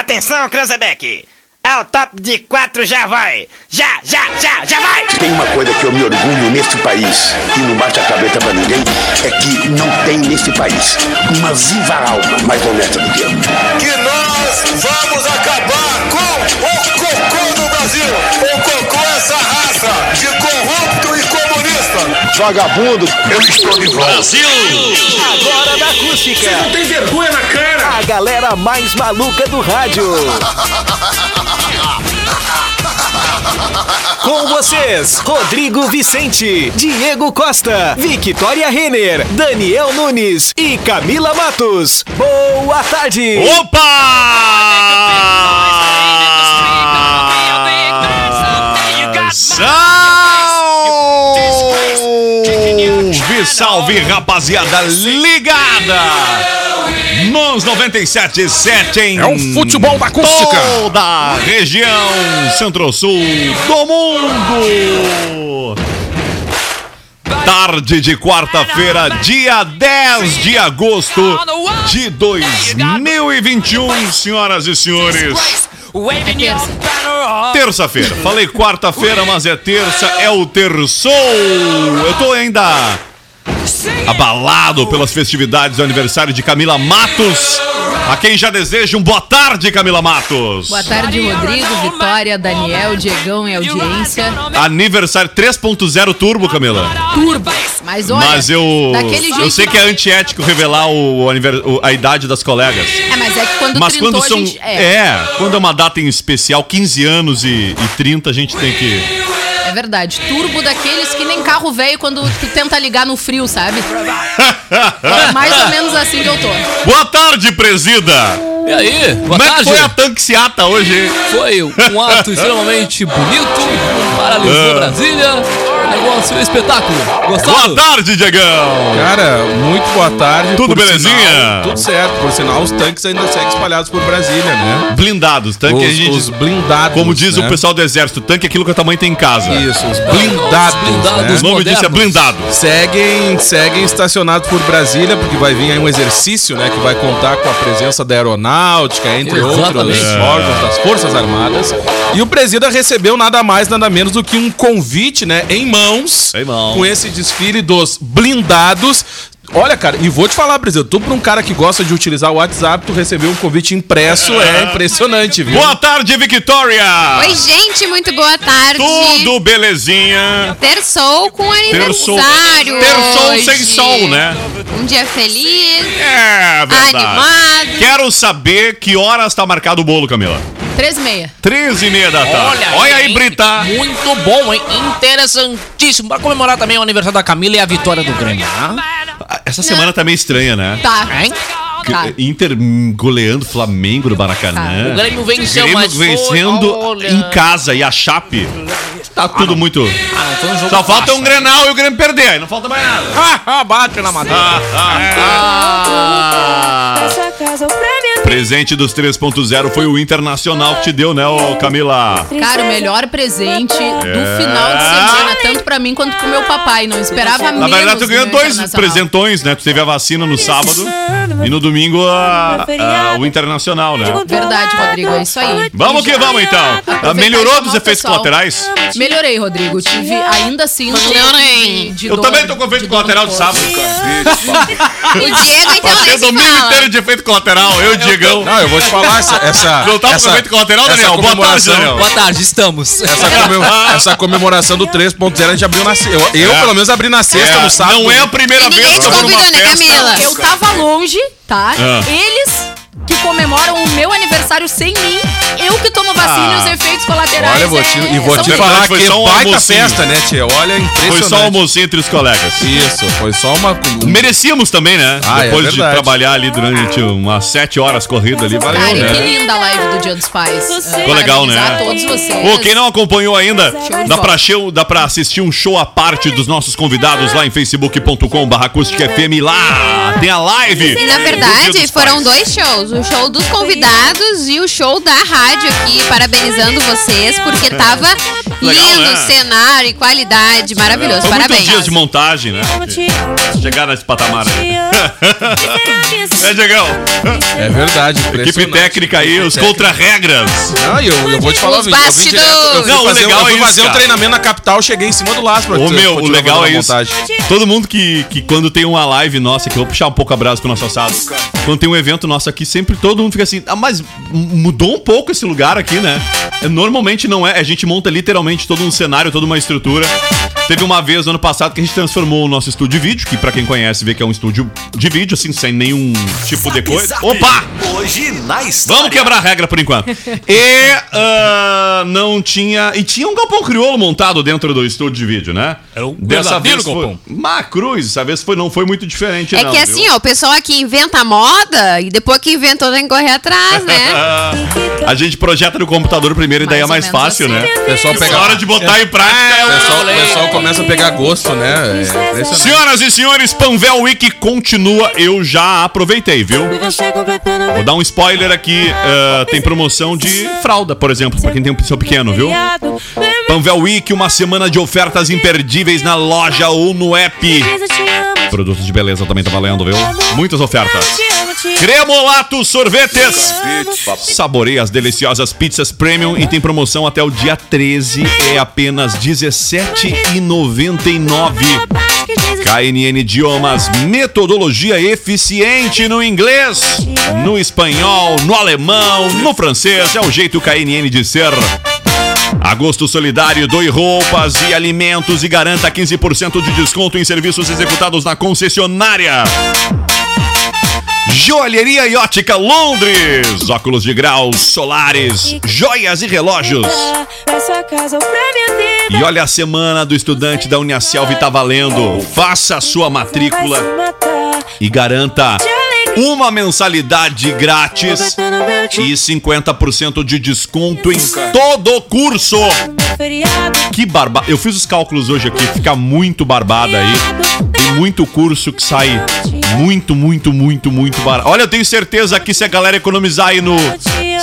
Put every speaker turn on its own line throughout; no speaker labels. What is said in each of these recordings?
Atenção, Cranzebeck! É o top de quatro, já vai! Já, já, já, já vai!
Tem uma coisa que eu me orgulho neste país, e não bate a cabeça pra ninguém, é que não tem neste país uma viva alma mais honesta do que eu.
que nós vamos acabar com o cocô do Brasil. O cocô é essa raça de corrupto e comunista.
Vagabundo, eu estou de volta.
Agora da acústica. Você não tem vergonha na cara. A galera mais maluca do rádio. Com vocês, Rodrigo Vicente, Diego Costa, Victoria Renner, Daniel Nunes e Camila Matos. Boa tarde.
Opa! Salve, salve, rapaziada ligada! Nos 97.7 em
É o futebol da acústica.
Toda a região centro-sul do mundo. Tarde de quarta-feira, dia 10 de agosto de 2021, senhoras e senhores. Terça-feira. Falei quarta-feira, mas é terça, é o terçou. Eu tô ainda abalado pelas festividades do aniversário de Camila Matos. A quem já deseja um boa tarde, Camila Matos.
Boa tarde, Rodrigo, Vitória, Daniel, Diegão e audiência. Tá
Aniversário 3.0 turbo, Camila.
Turbo. Mas olha,
Mas eu
daquele jeito
eu sei que é antiético revelar o, aniver- o- a idade das colegas.
É, mas é que quando
Mas
trintou,
quando
a
são
gente... É, é.
é. quando é uma data em especial, 15 anos e, e 30, a gente tem que é.
é verdade. Turbo daqueles que nem carro velho quando tu tenta ligar no frio, sabe? É mais ou menos assim que eu tô.
Boa tarde, presida.
E aí, boa
Como é que
tarde.
foi a tanxiata hoje? hein?
Foi um ato extremamente bonito, paralisou
Ah.
Brasília, o negócio é espetáculo.
Boa
Gostado?
tarde, Diegão.
Cara, muito boa tarde.
Tudo
por
belezinha?
sinal, tudo certo. Por sinal, os tanques ainda seguem espalhados por Brasília, né?
Blindados, tanque a
Os,
gente,
os blindados.
como diz
né?
o pessoal do exército, tanque é aquilo que a tua mãe tem em casa.
Isso, os
Blindados,
blindados. né?
O nome disso é
modernos.
blindado.
Seguem, seguem estacionados por Brasília, porque vai vir aí um exercício, né? Que vai contar com a presença da aeronáutica, entre
Exatamente.
outros
É.
órgãos das Forças Armadas. E o presida recebeu nada mais, nada menos do que um convite, né? Em mãos,
Em mãos.
com esse desfile dos blindados. Olha, cara, e vou te falar, Presida, tu pra um cara que gosta de utilizar o WhatsApp, tu recebeu um convite impresso, é impressionante, viu?
Boa tarde, Victoria.
Oi, gente, muito boa tarde.
Ah. Tudo belezinha.
Terçou com
Terçou.
aniversário.
Terçou
hoje.
sem sol, né?
Um dia feliz,
É verdade.
animado.
Quero saber que horas tá marcado o bolo, Camila.
Três e meia.
13 e meia da tarde. Olha, aí,
hein?
Brita.
Muito bom, hein? Interessantíssimo. Pra comemorar também o aniversário da Camila e a vitória do Grêmio. Ah,
Essa semana tá meio estranha, né?
Tá.
hein?
Tá.
Inter hum, goleando Flamengo no
O
Maracanã.
Grêmio venceu,
Grêmio
mas foi-
vencendo
Olha.
em casa e a Chape. Tá tudo muito.
Ah, não, foi um jogo
Só falta um
fácil.
Grenal e o Grêmio perder. Aí não falta mais nada.
Ah,
Ah, é.
Bate na madeira.
Ah.
Presente dos 3.0 foi o Internacional que te deu, né, ô Camila?
Cara, o melhor presente do final de semana, tanto pra mim quanto pro meu papai. Não esperava
É. Na
menos.
verdade, tu ganhou
do
dois
Internacional.
presentões, né? Tu teve a vacina no sábado e no domingo a- a- o Internacional, né?
Verdade, Rodrigo, é isso aí.
Vamos que vamos, então. Ah, Melhorou dos efeitos colaterais?
Melhorei, Rodrigo. Tive ainda assim um
Melhorei.
pouco de- de
Eu
dor-
também tô com efeito
de
um
dor no
colateral de
corpo. é
sábado.
O Diego então
Passei
nem
o
se
domingo
fala.
inteiro de efeito colateral, eu, Diegão.
Não, eu vou te falar essa. essa
Não tava com
essa-
efeito colateral,
essa
Daniel? Boa tarde,
comemoração-
Daniel.
Boa tarde, estamos.
Essa, comem- essa comemoração do 3.0 a gente abriu na sexta. Eu, eu,
É.
pelo menos, abri na sexta,
É,
no sábado.
Não é a primeira
E
vez
ninguém
que
te
eu vou numa
é
convidou, né,
festa.
Camila?
Eu tava longe, tá?
Ah.
Eles que comemoram o meu aniversário sem mim, eu que tomo vacina e
Ah.
os efeitos colaterais.
Olha, eu vou te,
é-
e vou
são
te
eles.
falar
verdade, foi
que
só um
baita
almocinho.
festa, né, tia? Olha, é
Foi
impressionante.
só almoço entre os colegas.
Isso, foi só uma...
Merecíamos também, né?
Ah, é
Depois de
verdade.
trabalhar ali durante umas sete horas corrida ali, valeu,
Cara, e que
né?
linda a live do Dia dos Pais.
Ah,
Ficou legal, né?
Parabenizar a todos vocês.
Ô, quem não acompanhou ainda,
é,
de
dá
bola.
pra, show, dá pra assistir um show à parte dos nossos convidados lá em facebook.com barra FM lá. Tem a live.
Na
do Dia
verdade,
dos
foram
Pais.
dois shows: o show dos convidados e o show da rádio aqui parabenizando vocês, porque tava
né? Legal,
lindo
né?
cenário e qualidade, maravilhoso.
Foi muitos
Parabéns.
dias de montagem, né? Chegaram nesse patamar. aí. É, Diegão.
É verdade.
Equipe
impressionante.
técnica aí, os contra-regras.
Ah, eu, eu vou te falar,
Os
Vini, eu vim
bastidores.
direto. Eu fui
Não, o
fazer,
legal
eu fui
é isso,
fazer um
cara.
treinamento na capital, cheguei em cima do laço pra
Ô
você
meu, o
continuar
legal é
fazendo a
isso.
montagem.
Todo mundo que, que quando tem uma live nossa, que eu vou puxar um pouco a brasa pro nosso assado. Quando tem um evento nosso aqui, sempre todo mundo fica assim, ah, mas m- mudou um pouco esse lugar aqui, né? É, Normalmente não é, a gente monta literalmente todo um cenário, toda uma estrutura. Teve uma vez no ano passado que a gente transformou o nosso estúdio de vídeo, que pra quem conhece vê que é um estúdio de vídeo, assim, sem nenhum tipo de coisa. Opa!
Hoje na história.
Vamos quebrar a regra por enquanto. E ah, não tinha. E tinha um galpão crioulo montado dentro do estúdio de vídeo, né?
É um
Dessa
verdadeiro
vez foi.
galpão.
Macruz, essa vez foi, não foi muito diferente,
É
não.
que
viu?
assim, ó, o pessoal aqui inventa a moda e depois que inventou tem que correr atrás, né?
Ah, a gente projeta no computador primeiro e daí
Mais
é
ou
mais
menos
fácil,
assim.
né?
O pessoal pega.
Na hora de botar em prática. é
O
o-
pessoal, o pessoal começa a pegar gosto, né? É impressionante.
Senhoras e senhores, Panvel Week continua. Eu já aproveitei, viu? Vou dar um spoiler aqui. ah, tem promoção de fralda, por exemplo, pra quem tem um seu pequeno, viu? Panvel Week, uma semana de ofertas imperdíveis na loja ou no app. Produtos de beleza também tá valendo, viu? Muitas ofertas. Cremolato Sorvetes. Saboreia as deliciosas pizzas premium e tem promoção até o dia 13. É apenas R$17,99. KNN Idiomas, metodologia eficiente no inglês, no espanhol, no alemão, no francês, é o jeito KNN de ser. Agosto Solidário, doe roupas e alimentos e garanta 15% de desconto em serviços executados na concessionária. Joalheria e Ótica Londres, óculos de grau, solares, joias e relógios. E olha a semana do estudante da Uniaselv tá valendo. Faça a sua matrícula e garanta uma mensalidade grátis e 50% de desconto em todo o curso. Que barba, eu fiz os cálculos hoje aqui, fica muito barbada aí. Tem muito curso que sai muito, muito, muito, muito barato. Olha, eu tenho certeza que se a galera economizar aí no,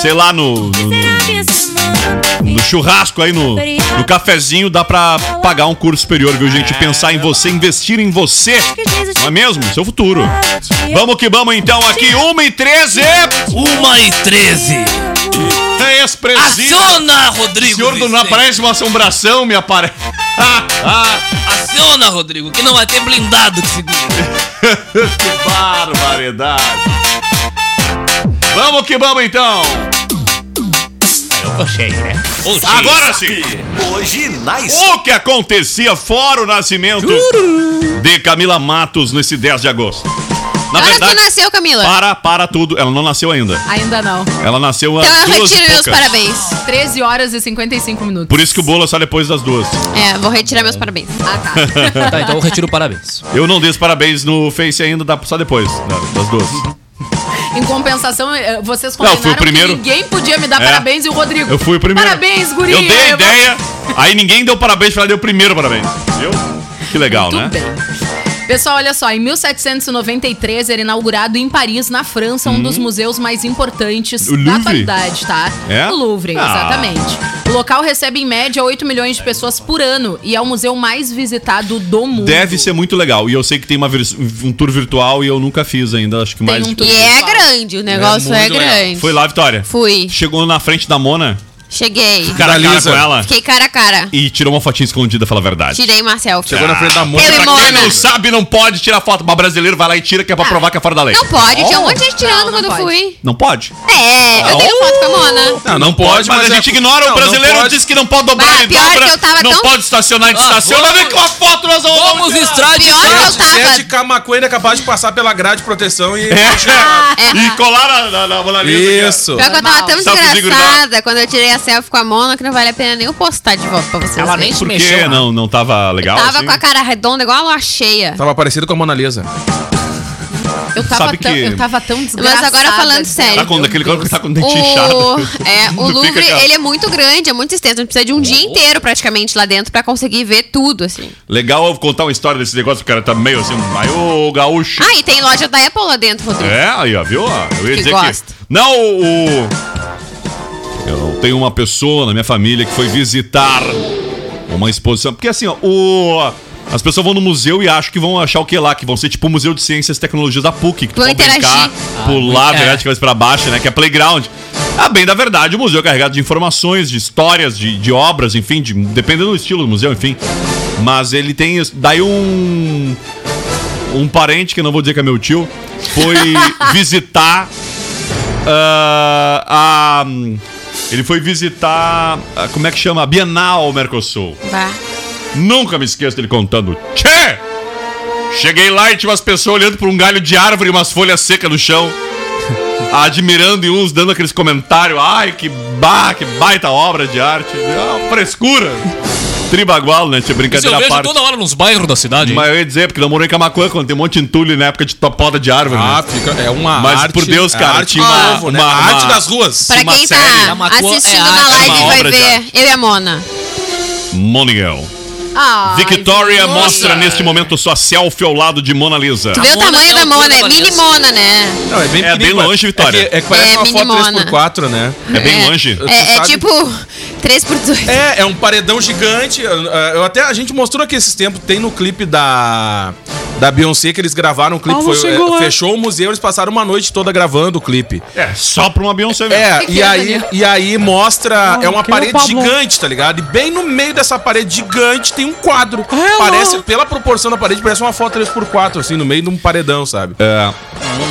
sei lá, no- no- no no churrasco aí, no, no cafezinho, dá pra pagar um curso superior, viu, gente? Pensar em você, investir em você, não é mesmo? Seu futuro. Vamos que vamos, então, aqui, 1 e É 13
Uma e 13.
É expressivo.
Aciona,
O
Rodrigo.
senhor do não
Vicente.
aparece uma assombração, me aparece. Ah, ah,
Aciona, Rodrigo, que não vai ter blindado que segura.
que barbaridade. Vamos que vamos, então.
Oxi.
Agora sim.
Hoje na história.
O que acontecia fora o nascimento de Camila Matos nesse 10 de agosto? Na
Agora tu
verdade,
nasceu, é. Camila.
para, para tudo. Ela não nasceu ainda.
Ainda não.
Ela nasceu às
Então eu
Tá, duas e
retiro meus
poucas.
parabéns.
13 horas e 55 minutos.
Por isso que o bolo é só depois das duas.
É, vou retirar meus parabéns.
Ah, tá.
Tá, então eu retiro parabéns.
Eu não dei os parabéns no Face ainda, dá só depois né, das duas.
Em compensação, eh, vocês
Não, eu
combinaram
fui o primeiro.
que ninguém podia me dar
É.
parabéns e o Rodrigo.
Eu fui o primeiro.
Parabéns, guria.
Eu dei a
vou-
ideia, aí ninguém deu parabéns pra ela, deu o primeiro parabéns. Viu? Que legal,
Tudo
né?
bem. Pessoal, olha só, em 1793 era inaugurado em Paris, na França, um dos museus mais importantes
Uhum. O
da
Louvre?
atualidade, tá?
É?
O Louvre,
Ah.
exatamente. O local recebe em média 8 milhões de pessoas por ano e é o museu mais visitado do mundo.
Deve ser muito legal. E eu sei que tem uma vers- um tour virtual e eu nunca fiz ainda, acho que mais.
um tour.
E é grande, o negócio é,
muito legal.
grande.
Foi lá, Vitória.
Fui.
Chegou na frente da Mona,
Cheguei.
cara a cara
Lisa.
com ela,
Fiquei cara a cara.
e tirou uma fotinha escondida, fala a verdade.
Tirei uma selfie.
Chegou na frente da
Eu e
moça.
Quem
Ah, é Mona. Ah.
não sabe não pode tirar foto, mas brasileiro vai lá e tira que é pra provar que é fora da lei.
Não pode, tinha um monte de gente tirando
Não, não
quando eu
pode.
fui.
Não pode?
É, eu
Ah,
tenho foto com
oh.
a Mona.
Não, não
Pode,
pode,
mas, a
é-
gente ignora.
Não,
o
não
brasileiro
pode.
diz que não pode dobrar
Bah,
e
Ah, pior
dobra.
que eu tava
não
tão-
pode estacionar e
Ah,
estaciona.
vamos-
Vem com a é foto, nós vamos.
Vamos
Pior
estradicar.
que eu
Se é
tava.
de Camacuã, ele é capaz de passar pela grade de proteção e.
Ah,
É. E colar na, na, na Mona Lisa.
Isso.
Pior que eu tava
Normal.
tão
Selfie
desgraçada quando eu tirei a selfie com a Mona que não vale a pena nem eu postar de volta pra vocês.
Ela
verem.
nem se
Por
mexeu.
quê?
né?
Não, não tava legal?
Tava
assim?
com a cara redonda igual a lua cheia.
Tava parecido com a Mona Lisa.
Eu tava,
Sabe
tão,
que-
eu tava tão desgraçada.
agora falando
dela.
sério.
Tá com aquele cara que tá com o dente inchado.
O, é, o
Não fica Uhum.
Louvre,
aquela-
ele é muito grande, é muito extenso. A gente precisa de um dia inteiro praticamente lá dentro pra conseguir ver tudo, assim.
Legal eu contar uma história desse negócio, o cara tá meio assim, aí ô gaúcho.
Ah, e tem loja da Apple lá dentro, Rodrigo.
É, aí ó, viu? ó? Eu ia
Que
dizer
gosta.
que. Não, o. o- Eu tenho uma pessoa na minha família que foi visitar uma exposição. Porque assim, ó, o- as pessoas vão no museu e acham que vão achar o que lá, que vão ser tipo o Museu de Ciências e Tecnologias da PUC, que tu
Vão
pode brincar,
interagir.
pular,
é.
virar de cabeça pra baixo, né? Que é playground. Ah, bem da verdade, o museu é carregado de informações, de histórias, de, de obras, enfim, de- dependendo do estilo do museu, enfim. Mas ele tem. isso. Daí um. Um parente, que eu não vou dizer que é meu tio, foi visitar ah, a- ele foi visitar. a- como é que chama? A Bienal Mercosul.
Bah.
Nunca me esqueço dele contando. Tchê! Cheguei lá e tinha umas pessoas olhando pra um galho de árvore e umas folhas secas no chão. Admirando e uns dando aqueles comentários. Ai, que, ba, que baita obra de arte. Ah, frescura. Tribagual, né? Tinha
Isso eu
brincadeira à
vejo
parte.
toda hora nos bairros da cidade. hein?
Mas eu ia dizer, porque não morou em Camacuã, quando tem um monte de entulho na época de topoda de árvore. né?
Ah, fica, é uma
Mas,
arte.
por Deus, cara,
é arte
tinha
do
uma-
povo, né?
uma-
A arte
uma-
das ruas.
Pra
uma
quem
série.
tá
Uma cor-
assistindo na
é arte,
é
live
uma
vai
obra de
ver.
arte.
Eu e a Mona.
Monigel.
Ai,
Victoria
nossa.
mostra neste momento sua selfie ao lado de Mona Lisa.
Tu vê o
Mona
tamanho
é
da
o
Mona, é
Mona
mini
Lisa.
Mona, né?
Não, é bem,
É
pequenininho,
bem
mas-
longe, Vitória.
É que, é que parece
É,
uma foto
minimona.
3x4, né?
É bem longe.
É, é
sabe?
tipo 3 por 2
É, é um paredão gigante. Eu, eu até a gente mostrou aqui esses tempos. Tem no clipe da da Beyoncé que eles gravaram o clipe.
Ah, não
foi-
chegou
é,
lá.
fechou o museu, eles passaram uma noite toda gravando o clipe.
É, só pra uma Beyoncé mesmo.
É,
Que
e
que é,
aí,
Daniel?
e aí mostra. é uma parede gigante, tá ligado? E bem no meio dessa parede gigante tem um quadro.
É,
parece, pela proporção da parede, parece uma foto 3x4, assim, no meio de um paredão, sabe?
É.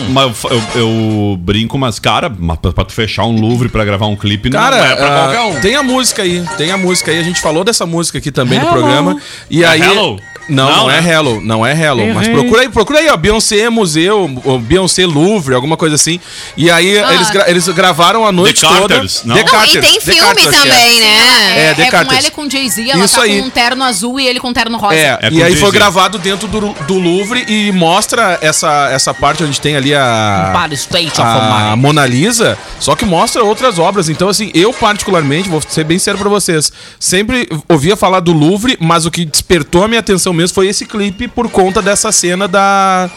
Mas eu fa- eu, eu brinco, mas, cara, mas pra pra tu fechar um Louvre pra gravar um clipe,
Cara,
não é pra
ah,
qualquer um.
tem a música aí, tem a música aí. A gente falou dessa música aqui também no programa. E aí.
É Hello?
Não, não,
Não,
é
né?
Hello, não é Hello. Mas procura aí, procura aí, ó, Beyoncé Museu, ou Beyoncé Louvre, alguma coisa assim. E aí
Ah.
eles, gra- eles gravaram a noite
Carters,
toda.
não?
The
Não,
Não,
Carters,
e tem
The
filme
Carters, que é.
também, né?
É,
É,
The
é com
Carters.
ela e com Jay-Z, ela
Isso
tá
aí.
com um terno azul e ele com um terno rosa.
É,
É com
e aí foi
Jay-Z.
gravado dentro do, do Louvre e mostra essa, essa parte onde tem ali a,
Um
Para State of
a
Mind.
Mona Lisa, só que mostra outras obras. Então, assim, eu particularmente, vou ser bem sério pra vocês, sempre ouvia falar do Louvre, mas o que despertou a minha atenção mesmo foi esse clipe por conta dessa cena da,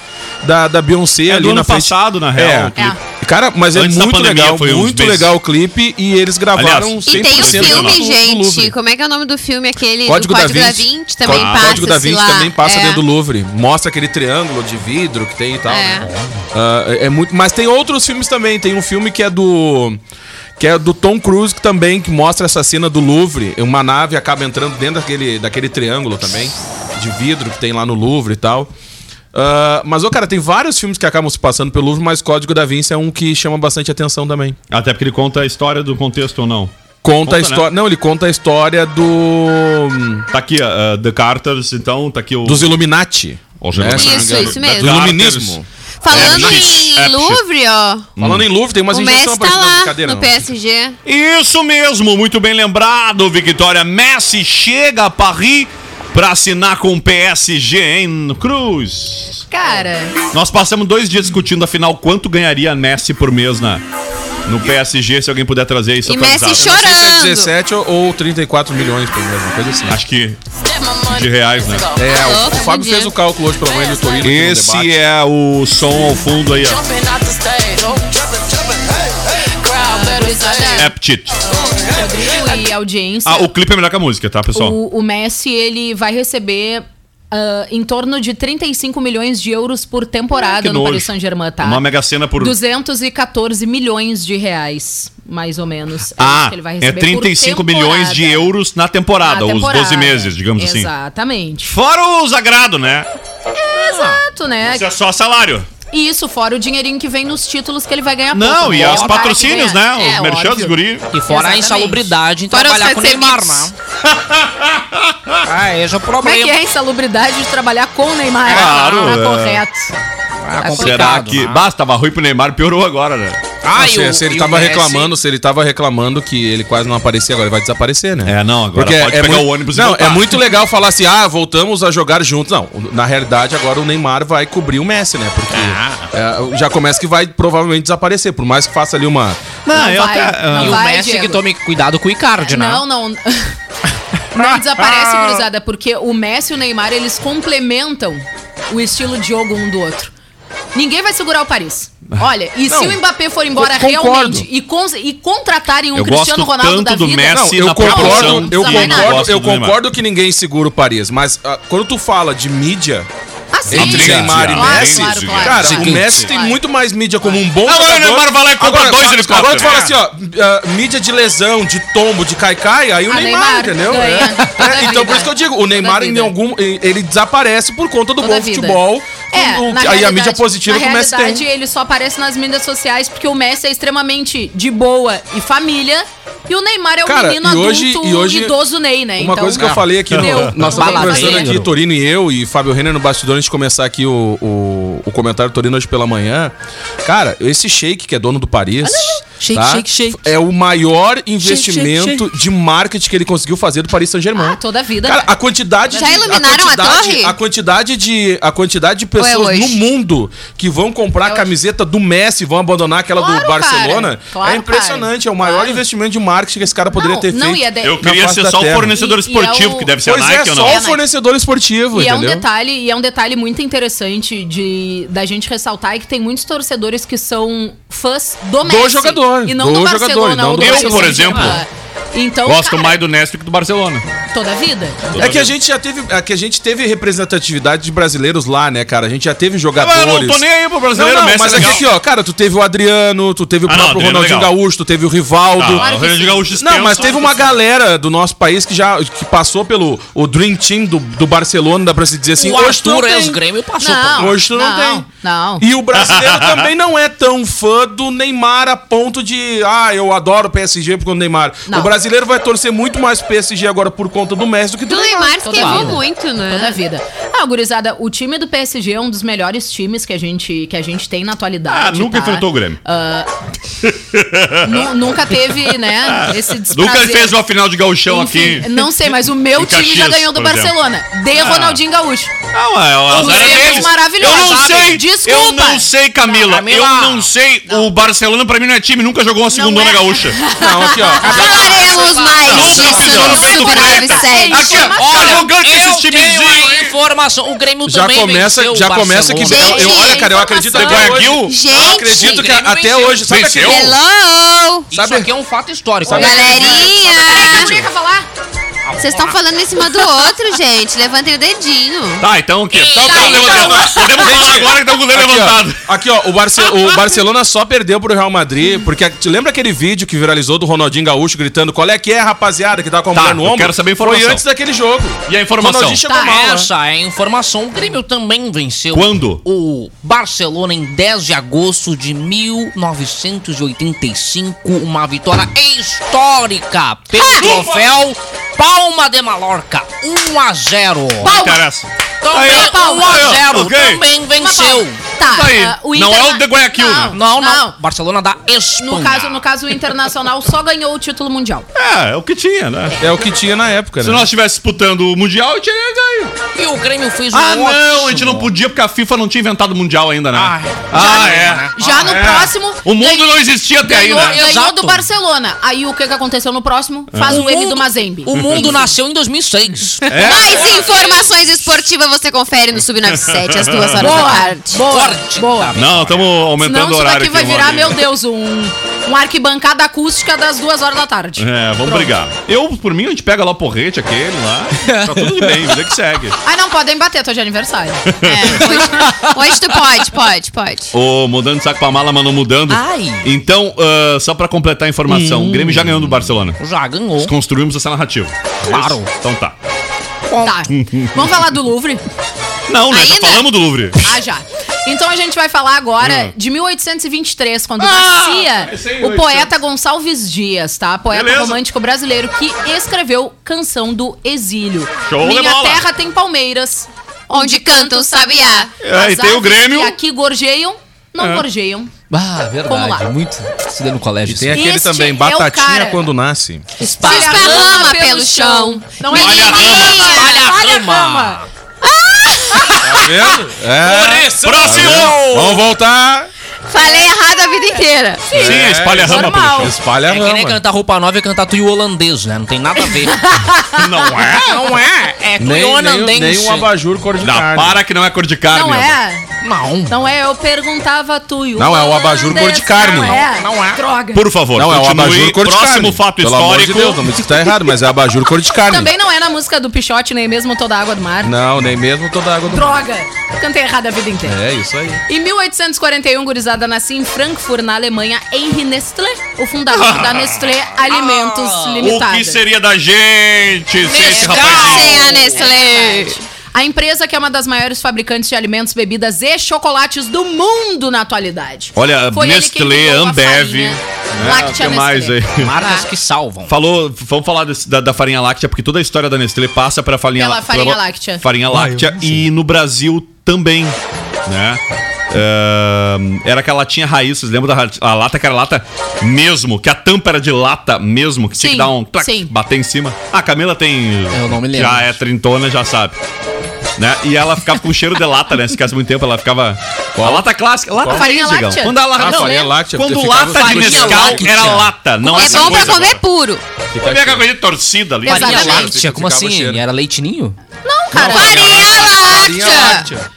da, da Beyoncé
É
ali
do
na
ano
frente.
passado, na real.
É.
o clipe.
Cara, mas
Antes
é
da
muito
pandemia,
legal,
foi uns
muito
meses.
legal o clipe e eles gravaram
Aliás,
E tem o
100%
filme,
do-
gente. Como é que é o nome do filme aquele?
Código,
do Código
da
da
Vinci.
Vinci, também
Código-
passa.
Código da Vinci
lá.
também
É.
passa dentro do Louvre. Mostra aquele triângulo de vidro que tem e tal.
É.
né? Ah, É. é muito, mas tem outros filmes também. Tem um filme que é do que é do Tom Cruise que também que mostra essa cena do Louvre. Uma nave acaba entrando dentro daquele daquele triângulo também de vidro que tem lá no Louvre e tal. Ah, mas, ô, cara, tem vários filmes que acabam se passando pelo Louvre, mas Código da Vinci é um que chama bastante atenção também.
Até porque ele conta a história do contexto ou não.
Conta,
Conta,
a
né?
história. Não, ele conta a história do.
Tá aqui ah, The Carters, então, tá aqui o.
Dos Illuminati.
Os Illuminati.
se não me
Isso,
engano.
isso mesmo.
Do iluminismo.
Falando
É,
em
é, é,
Louvre, ó.
Falando em é Louvre, tem umas
o
injeções
Messi tá
aparecendo na
lá
cadeira.
no PSG.
Isso mesmo, muito bem lembrado, Victoria. Messi chega a Paris pra assinar com o PSG, hein, Cruz?
Cara,
Nós passamos dois dias discutindo, afinal, quanto ganharia Messi por mês na, no PSG, se alguém puder trazer isso
E Messi
atualizado. né?
Não sei se é
chorando.
17 ou- ou 34 milhões, por exemplo, uma coisa assim.
Acho que de reais, né? um
É, o
Tá Louco,
Fábio
fudido.
fez o cálculo hoje pela manhã do Torino. aqui no
Esse
debate.
é o som ao fundo aí, ó.
Oh,
Aptit.
Rodrigo e audiência.
Ah, o clipe é melhor que a música, tá, pessoal?
O, o Messi, ele vai receber ah, em torno de 35 milhões de euros por temporada
Que
no
nojo.
Paris Saint-Germain, tá?
Uma mega cena por...
214 milhões de reais, mais ou menos.
Ah,
acho que ele vai
é
receber por
35 milhões de
temporada.
euros na
Na
temporada, os
temporada.
12 meses, digamos assim.
Exatamente.
Fora os agrado, né?
Exato, né?
Isso é só salário.
E isso fora o dinheirinho que vem nos títulos que ele vai ganhar.
Não,
pouco,
e
né?
os
Vai que
patrocínios,
ganha.
né? Os
É,
merchan dos
óbvio.
guri.
E fora a
Exatamente.
insalubridade em
Fora os
trabalhar com o Neymar,
serviços.
né? Ah, esse é o
Como é que é
problema.
a insalubridade de trabalhar com o Neymar?
Claro,
Tá
é.
correto.
Ah,
Será que...
né?
Basta, tava ruim pro Neymar, piorou agora, né?
Ah,
Ah,
e
se,
o-
se ele
e o
tava
Messi?
reclamando, se ele tava reclamando que ele quase não aparecia, agora ele vai desaparecer, né?
É, não, agora pode pegar
muito,
o ônibus e
Não,
voltar.
é muito legal falar assim: "Ah, voltamos a jogar juntos". Não, na realidade agora o Neymar vai cobrir o Messi, né? Porque
Ah.
é, já começa que vai provavelmente desaparecer, por mais que faça ali uma
Não,
Não
eu
vai,
até-
não
E o
Vai,
Messi
Diego.
que tome cuidado com o Icardi, né?
Não, não. Não desaparece, gurizada, porque o Messi e o Neymar, eles complementam o estilo de jogo um do outro. Ninguém vai segurar o Paris.
Ah.
Olha, e se o Mbappé for embora
co- concordo.
realmente e, cons- e contratarem um
Eu
Cristiano
gosto
Ronaldo
tanto
da
do
vida,
Messi
Não,
Assim,
eu
na
concordo,
proporção
eu
que eu não
concordo,
gosto
eu
do Neymar.
concordo que ninguém segura o Paris, mas ah, quando tu fala de mídia,
assim,
entre
sim,
Neymar e
Ah, claro,
Messi,
claro, claro.
cara,
Sim,
o Messi
sim.
tem muito mais mídia como um bom
Agora o
jogador.
Neymar vai lá e compra dois
Agora
helicópteros. É.
tu fala assim, ó, ah, mídia de lesão, de tombo, de caicai, aí o
Ah,
Neymar,
Neymar
entendeu?
ganha.
É.
Toda
É,
vida.
então por isso que eu digo, o Neymar em
vida.
algum ele desaparece por conta do
Toda
bom
vida.
futebol,
É,
o- o-
na
aí a
realidade-
mídia positiva
na
que o Messi tem.
realidade, ele só aparece nas mídias sociais porque o Messi é extremamente de boa e família. E o Neymar é o
Cara,
menino
e
adulto
hoje- e hoje-
idoso Ney, né?
Uma coisa que eu falei aqui,
Entendeu?
no, nós
Não
estamos
tem
conversando
jeito.
aqui, Torino e eu, e Fábio Renner no bastidor, antes de começar aqui o, o, o comentário do Torino hoje pela manhã. Cara, esse Shake, que é dono do
Ah,
Paris,
Shake,
tá?
shake, shake.
é o maior investimento
shake,
de marketing que ele conseguiu fazer do Paris Saint-Germain.
Ah, toda a vida,
Cara,
né?
a quantidade
Já
de,
iluminaram a
quantidade-
torre?
A quantidade de, a quantidade de
é
pessoas
hoje?
no mundo que vão comprar a camiseta do Messi, vão abandonar aquela
É Claro,
do
cara.
Barcelona,
Claro,
é impressionante. É o maior
Claro.
investimento de marketing que esse cara poderia
Não,
ter
não,
feito.
e é de-
Eu
Na
queria
face
ser
da
só o
terra.
fornecedor
E- e
esportivo,
é o-
que deve ser
Pois
a Nike
é,
ou
só
não.
o fornecedor esportivo,
E é um
entendeu?
detalhe, e é um detalhe muito interessante de da gente ressaltar é que tem muitos torcedores que são fãs do Messi
jogador,
e não
do
do,
jogador,
Barcelona
não
ou
do
do
Barcelona.
Paris
Eu, por exemplo,
Saint-Germain. Então,
Gosto
cara,
mais do Nestor que do Barcelona.
toda a vida.
É que a gente já teve, é que a gente teve representatividade de brasileiros lá, né, cara? A gente já teve
Ah, não
jogadores.
tô nem aí pro
Não,
brasileiro,
não,
Messi
mas
é
é que
legal.
aqui, ó, cara, tu teve o Adriano, tu teve o
Ah, não,
próprio
Adriano é
Ronaldinho
legal.
Gaúcho, tu teve o
Tá,
Rivaldo.
o Rio de Gaúcho
Não,
extenso.
mas teve uma galera do nosso país que já que passou pelo o Dream Team do, do Barcelona, dá pra se dizer assim.
o
hoje tu não
Arthur
é
tem.
e os Grêmio passou
Não,
Hoje tu não,
Ah, não,
tem.
não.
E o brasileiro também não é tão fã do Neymar a ponto de, ah, eu adoro o PSG por conta do Neymar.
Não.
O brasileiro vai torcer muito mais pro PSG agora por conta do Messi do que do
Do Neymar se
Toda
queimou
vida.
muito,
Toda a
né?
vida. Ah, gurizada, o time do PSG é um dos melhores times que a gente, que a gente tem na
Ah,
atualidade.
nunca
tá?
enfrentou o Grêmio.
Nu- Nunca teve, né, esse desprazer.
Nunca fez uma final de gauchão
Enfim,
aqui.
Não sei, mas o meu
Em
time já
Caxias,
ganhou do
por exemplo.
Barcelona. De Ronaldinho Gaúcho.
Ah, ué, o azar é
Grêmio
deles.
maravilhoso,
Eu não
sabe?
sei.
Desculpa.
Eu não sei, Camila.
Camila.
Eu não sei. O Barcelona pra mim não é time. Nunca jogou uma segundona
é.
gaúcha.
Não, aqui, ó.
Falaremos mais
Nunca
disso
fizeram
no
isso,
Superave
preta.
7.
Aqui, ó, tá olha, arrogante esses
eu tenho
timezinhos.
a informação. O Grêmio
Já
também
começa,
venceu o
já começa que
Barcelona.
eu, eu- olha, cara, eu acredito até
Informação.
hoje.
Guil?
Eu
Gente,
acredito que é
Grêmio
até
venceu.
hoje, sabe aquele-
Venceu?
hello!
Isso
Sabe-
aqui é um fato histórico.
Sabe-
Galerinha!
Quer falar?
Vocês estão falando em cima do outro, gente. Levantem o dedinho.
Tá, então o quê? Tá,
Tá,
tá,
então.
levantando. Podemos falar agora que tá com o goleiro
Aqui, ó.
levantado.
Aqui, ó, o, Barce- o Barcelona só perdeu pro Real Madrid, porque te lembra aquele vídeo que viralizou do Ronaldinho Gaúcho gritando qual é que é, rapaziada, que tá com a
Tá,
mulher no
eu
ombro?
quero saber a informação.
Foi antes daquele jogo.
E a informação?
Ronaldinho chegou
Tá,
mal, né?
essa é a informação. O Grêmio também venceu.
Quando?
O Barcelona em 10 de agosto de 1985. Uma vitória histórica pelo
Ah!
troféu Palma de Mallorca. 1 a 0.
Não interessa.
Também
Aí, ó.
1 a 0.
Aí, ó, ok.
Também venceu.
Tá,
Tá aí.
ah,
Não
Interna-
é o de Guayaquil, né?
Não, não. Barcelona da Espanha.
No caso, no caso, o Internacional só ganhou o título mundial.
É, é o que tinha, né?
Tá.
É o que tinha na época,
Se
né?
nós estivéssemos disputando o Mundial, eu tinha ganho.
E o Grêmio fez um
Ah, não,
ótimo-
a gente não podia porque a FIFA não tinha inventado o Mundial ainda, né?
Ah,
Ah,
já
é.
não, né?
Já
Ah,
no
é.
próximo.
O mundo não existia até aí,
ganhou,
né?
ganhou
Exato.
do Barcelona. Aí o que, que aconteceu no próximo?
É.
Faz o, M do Mazembe. É.
O mundo nasceu em 2006.
Mais informações esportivas você confere no Sub97 às duas horas da tarde.
Boa,
Forte.
boa.
Não, estamos Tá aumentando
Senão
o
isso
horário
daqui vai
uma
virar,
hora.
meu Deus, um, um arquibancada acústica das duas horas da tarde.
É, vamos
Pronto.
brigar. Eu, por mim, a gente pega lá o porrete aquele lá. Tá tudo de bem, vida que segue.
Ah, não, podem bater, tô de aniversário.
É, hoje, hoje tu pode, pode, pode.
Ô, mudando de saco pra mala, mas não mudando.
Ai.
Então, ah, só pra completar a informação, o Grêmio já ganhou do Barcelona.
Já ganhou.
Construímos essa narrativa.
Claro.
Então tá.
Tá. Vamos falar do Louvre?
Não, né? Já
Ainda?
falamos do Louvre.
Ah, já. Então a gente vai falar agora
Hum.
de 1823, quando
esse
nascia
aí,
o poeta Gonçalves Dias, tá? Poeta
Beleza.
romântico brasileiro que escreveu Canção do Exílio.
Show de
Minha
bola.
terra tem palmeiras,
Onde canta o sabiá.
É, e
as
tem o
aves
Grêmio.
que aqui gorjeiam,
É.
não gorjeiam.
Ah,
Vamos lá.
Muito. Estudei no colégio.
Tem aquele
Este
também,
é o
batatinha
cara.
quando nasce.
Se esparrama pelo chão.
Não é
Olha a
menininha,
rama, olha a
olha a
rama.
rama.
Tá vendo? É.
Próximo!
Vamos voltar.
Falei errado a vida inteira.
Sim,
É,
espalha rama pelo
normal.
chão.
Espalha a
É que nem
rama.
cantar roupa nova e cantar tui holandês, né? Não tem nada a ver.
Não é?
não é? É tui
Nem, nem, nem
holandense.
um abajur cor de
Não,
carne.
para que não é cor de carne.
Não
Elba.
é.
Não.
Não é, eu perguntava tu e o
Não, é um abajur
holandês.
cor de carne.
Não é.
Não é.
Droga.
Por favor,
Não, é um
continue.
abajur cor de carne.
Próximo fato
Pelo amor de
histórico.
Deus, não me diz que tá errado, mas é abajur cor de carne.
Também não é na música do Pichote, nem mesmo toda a água do mar.
Não, nem mesmo toda a água do mar.
Droga. Cantei errado a vida inteira.
É isso aí.
Em 1841, gurizada, nasci em Frankfurt, na Alemanha, Henri Nestlé, o fundador da Nestlé Alimentos
Ah, o
Limitada.
que seria da gente sem esse
Nescau.
rapazinho?
Sem a Nestlé.
A empresa que é uma das maiores fabricantes de alimentos, bebidas e chocolates do mundo na atualidade.
Olha,
Foi ele quem
Nestlé,
criou a
Ambev.
farinha
né?
Láctea
O que mais
Nestlé.
aí?
Marcas que salvam.
Falou, vamos falar desse- da, da farinha láctea, porque toda a história da Nestlé passa pra farinha,
Pela
lá-
farinha láctea.
Farinha láctea e no Brasil também, né? Ahn, era aquela latinha raiz, vocês lembram da ra- a lata que era lata mesmo, que a tampa era de lata mesmo, que tinha que
Sim,
dar um clac,
sim.
bater em cima. Ah, A Camila tem.
Eu não me lembro.
Já é trintona, já sabe. Né? E ela ficava com cheiro de lata, né? Se ficasse muito tempo, ela ficava. A lata clássica. Lata
Farinha
raiz, Digão.
láctea?
Quando a lata.
Ah,
não,
farinha
né?
láctea,
Quando
porque
lata
ficava
de
farinha
Nescau
láctea.
era lata, não
É
essa
bom pra
coisa
comer
agora.
puro.
Como é que a coisa de torcida ali?
Exato.
Farinha
Exatamente.
láctea, como
Ficava o
assim?
cheiro.
Era leitinho?
Cara,
Farinha láctea.
Láctea.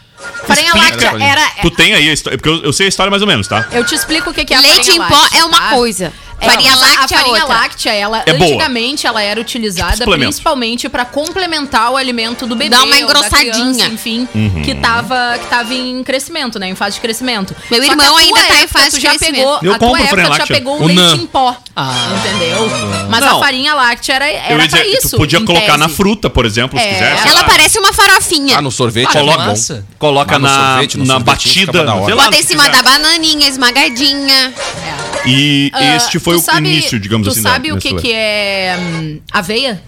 farinha láctea
Explica.
era...
Tu tem aí a história, porque eu, eu sei a história mais ou menos, tá?
Eu te explico o que que é a
Leite em
farinha
pó
láctea,
é uma
tá?
coisa.
É,
Farinha
mas a-
láctea
a
é
farinha
outra.
láctea, ela
É boa. Tipo
antigamente ela era utilizada
Suplemento.
principalmente pra complementar o alimento do bebê,
Dá uma
ou da
engrossadinha.
criança, enfim,
Uhum.
que tava que tava em crescimento, né, em fase de crescimento.
Meu
Só que
irmão
a tua
ainda tá em
época,
fase
tu
de
já
crescimento.
Pegou,
Eu
a tua
compro
época
farinha
tu já
láctea. Uhum.
pegou o
O Nan.
leite em pó,
Ah.
entendeu? Mas
Não.
a farinha láctea era
eu
era
ia dizer,
pra isso.
tu podia
em
colocar
tese.
na fruta, por exemplo, se
É.
quiser. sei
Ela
lá.
parece uma farofinha.
Ah, no sorvete
Coloca,
é bom.
massa.
coloca
Ah, no
na,
sorvete, no
na
sorvetinho
batida,
ficava da hora.
sei lá.
Bota em
no que
cima
quiser.
da bananinha, esmagadinha.
E
Ah,
este foi
tu
o
sabe-
início, digamos assim.
Tu
da-
sabe o
dessa
que
lei.
que é hum, aveia?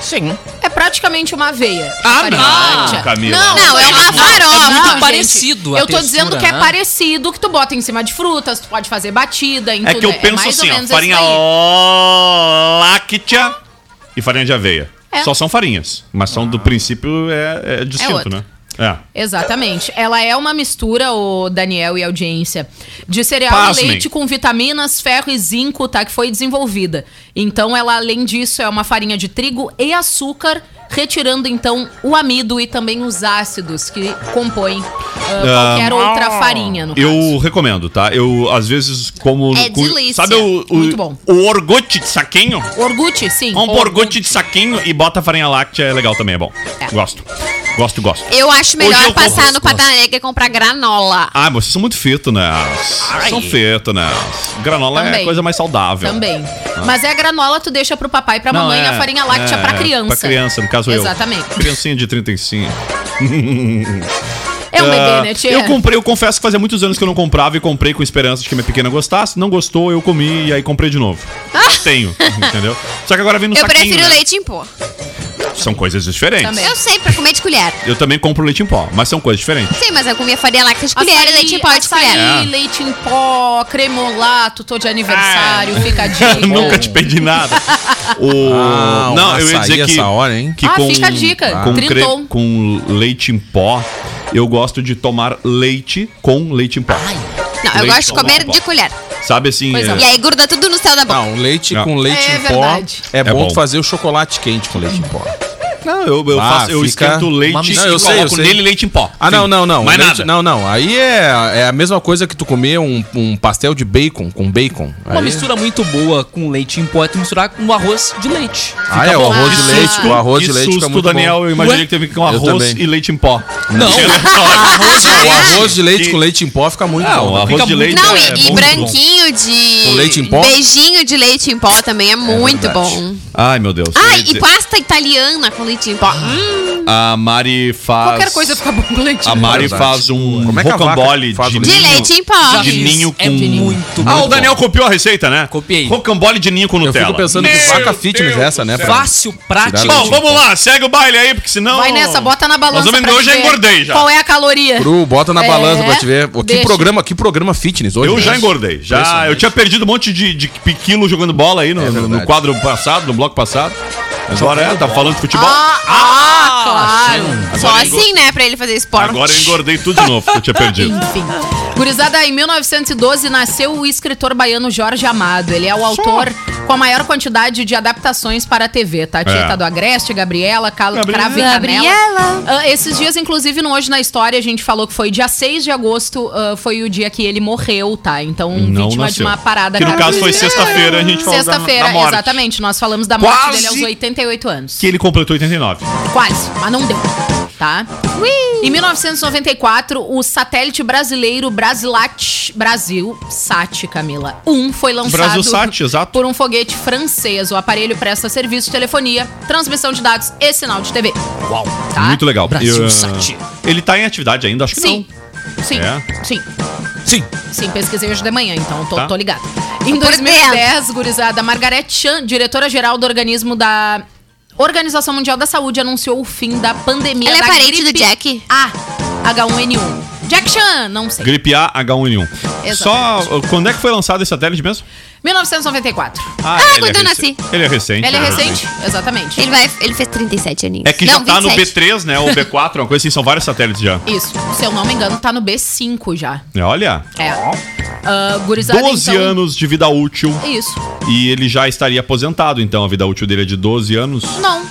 Sim.
É praticamente uma aveia.
Ah,
Farinha
não,
láctea.
Camila.
Não, é uma farofa.
é muito
gente.
parecido a
Eu tô
textura,
dizendo que é
né?
parecido, que tu bota em cima de frutas, tu pode fazer batida, em
É
tudo.
que eu penso
mais ou
assim, ó,
menos esse
farinha
daí.
láctea e farinha de aveia.
É. Ah.
Só são farinhas, mas são do princípio é, é distinto,
outra.
né? É.
Exatamente. Ela é uma mistura, o Daniel e audiência, de cereal
Pasmem.
e leite com vitaminas, ferro e zinco, tá? Que foi desenvolvida. Então, ela, além disso, é uma farinha de trigo e açúcar, retirando, então, o amido e também os ácidos que compõem ah, qualquer outra farinha, no
Eu recomendo, tá? Eu, às vezes, como.
É
com-
delícia.
Sabe o, o,
Muito bom.
o orgote de saquinho?
caso. Orgute, sim.
Um orgote de saquinho e bota farinha láctea, é legal também, é bom. Gosto. Gosto, gosto.
Eu acho melhor
Hoje eu
passar
compro.
no Pata Negra e comprar granola.
Ah, vocês são muito feto, né? São feto, né? Granola é
Também.
coisa mais saudável.
Também. Mas é a granola, tu deixa pro papai e pra
Ah. Não,
mamãe,
é-
a farinha láctea
é,
pra criança.
Pra criança, no caso eu.
Exatamente.
Criancinha de 35.
É um bebê,
Ah,
né, tia?
Eu comprei, eu confesso que fazia muitos anos que eu não comprava e comprei com esperança de que minha pequena gostasse. Não gostou, eu comi e aí comprei de novo.
Ah!
Tenho, entendeu? Só que agora vem no
Eu
saquinho,
prefiro
né?
leite em pó.
São coisas diferentes.
Também.
Eu sei, pra comer de colher.
Eu também compro leite em pó, mas são coisas diferentes.
Sim, mas eu comia farinha láctea de colher e leite em pó de
açaí,
colher.
É.
leite em pó, cremolato, tô de aniversário,
Ah, é.
fica a dica.
Eu Nunca te pedi nada. O...
É. Ah, um
não, eu ia
açaí
dizer que.
essa hora, hein?
que
Ah, fica a dica.
Com, cre...
Trinton.
com leite em pó, eu gosto de tomar leite com leite em pó.
Não, eu
Leite
gosto de
ou
comer
não, pó?
de
é
colher.
Sabe assim.
Coisa
é-
E aí gruda tudo no céu da boca.
Não, leite
Não.
com leite
É
em pó.
verdade.
É, bom,
bom.
tu fazer o chocolate quente com leite em pó.
Não, eu, eu
Ah,
faço, eu
fica-
esquento
Uma
leite
mistura. Não, eu
e
sei, eu
coloco
sei.
nele leite em pó.
Ah, não,
Fim.
não, não.
Mais
Leite-
nada.
Não, não. Aí é, é a mesma coisa que tu comer um, um pastel de bacon com bacon.
Uma
Aí-
mistura muito boa com leite em pó é tu misturar com arroz de leite.
Ah, é, o arroz de
bom.
leite. O arroz de
que
leite
susto,
fica muito bom.
Daniel. Eu imaginei
Ué?
que teve com
Eu
arroz
também.
e leite em pó. é
Não.
arroz
Ah,
O
é?
arroz de leite
Que-
com leite em pó fica muito
Ah, o
bom.
arroz
Fica
de
muito-
leite
Não,
é
e, e
muito bom.
branquinho de.
Com leite em pó?
Beijinho de leite em pó também é muito
verdade.
bom.
Ai, meu Deus. eu
Ah,
ia
e
dizer-
pasta italiana com leite em pó. Hum,
A Mari faz...
Qualquer coisa fica bom com leite.
A Mari
Verdade.
faz um
Como é que a vaca
rocambole
faz
de,
o
de
ninho-
leite em pó.
de ninho com...
É muito
ah,
bom.
o Daniel copiou a receita, né?
Copiei.
Rocambole de ninho com
Eu
Nutella.
fico pensando que
Meu
vaca fitness
Deus
é essa, né?
do céu.
pra-
Fácil, prático.
Tirar
Bom,
leite.
vamos lá. Segue o baile aí, porque senão...
Vai nessa, bota na balança.
Nós vamos
pra
hoje já
ver
engordei já.
Qual é a caloria?
Cru, bota na
É,
balança pra te ver. Pô, Que
deixa.
programa, que programa fitness hoje.
Eu
né?
já engordei. Já,
Impressionante.
eu tinha perdido um monte de, de quilo jogando bola aí no,
É
no- no
verdade.
quadro passado, no bloco passado. Agora é, tá falando de futebol.
Ah, ah, claro. Só
Agora
assim, né, pra ele fazer esporte.
Agora eu engordei tudo de novo, que eu tinha perdido.
Enfim. Gurizada, em 1912 nasceu o escritor baiano Jorge Amado. Ele é o autor com a maior quantidade de adaptações para a TV. Tatieta
É.
do Agreste, Gabriela, Cal
Gabriela.
Cravo e Canela.
Gabriela.
Ah, esses dias, inclusive, no Hoje na História, a gente falou que foi dia 6 de agosto, ah, foi o dia que ele morreu, tá? Então,
Não
vítima de
nasceu.
uma parada
Que no caso foi
cardiológica.
sexta-feira, a gente falou da-
Sexta-feira,
da morte.
exatamente. Nós falamos da morte
Quase
dele aos 88 anos.
Que ele completou 89.
Quase, mas não deu, tá? Em 1994, o satélite brasileiro Brasilat Brasil Sat, Camila 1 foi lançado
Brasilsat, exato.
por um foguete francês. O aparelho presta serviço de telefonia, transmissão de dados e sinal de TV.
Uau.
Tá?
Muito legal.
Brasil
Eu, ah,
Sat.
Ele tá em atividade ainda, acho que
Sim. Sim,
É?
sim,
Sim.
sim, pesquisei hoje de manhã, então tô,
Tá.
tô ligada. Em
Por
2010, gurizada, Margaret Chan, diretora-geral do organismo da Organização Mundial da Saúde, anunciou o fim da pandemia
Ela é
da
parente do
gripe
Jack.
A, H1N1. Jack Chan, não
não.
sei.
Gripe A, H1N1. Só, uh, quando é que foi lançado esse satélite mesmo?
1994.
Ah,
ele
quando eu
recente.
nasci.
Ele é recente.
Ele é
né?
recente, exatamente.
Ele, vai, ele fez 37 aninhos.
É que já
Não,
tá no
27.
B3, né? Ou B4, uma coisa assim, são vários satélites já.
Isso, se eu não me engano, tá no B5 já.
É, Olha,
É. Ah, gurizada,
12
então-
anos de vida útil
Isso.
e ele já estaria aposentado, então a vida útil dele é de 12 anos.
Não.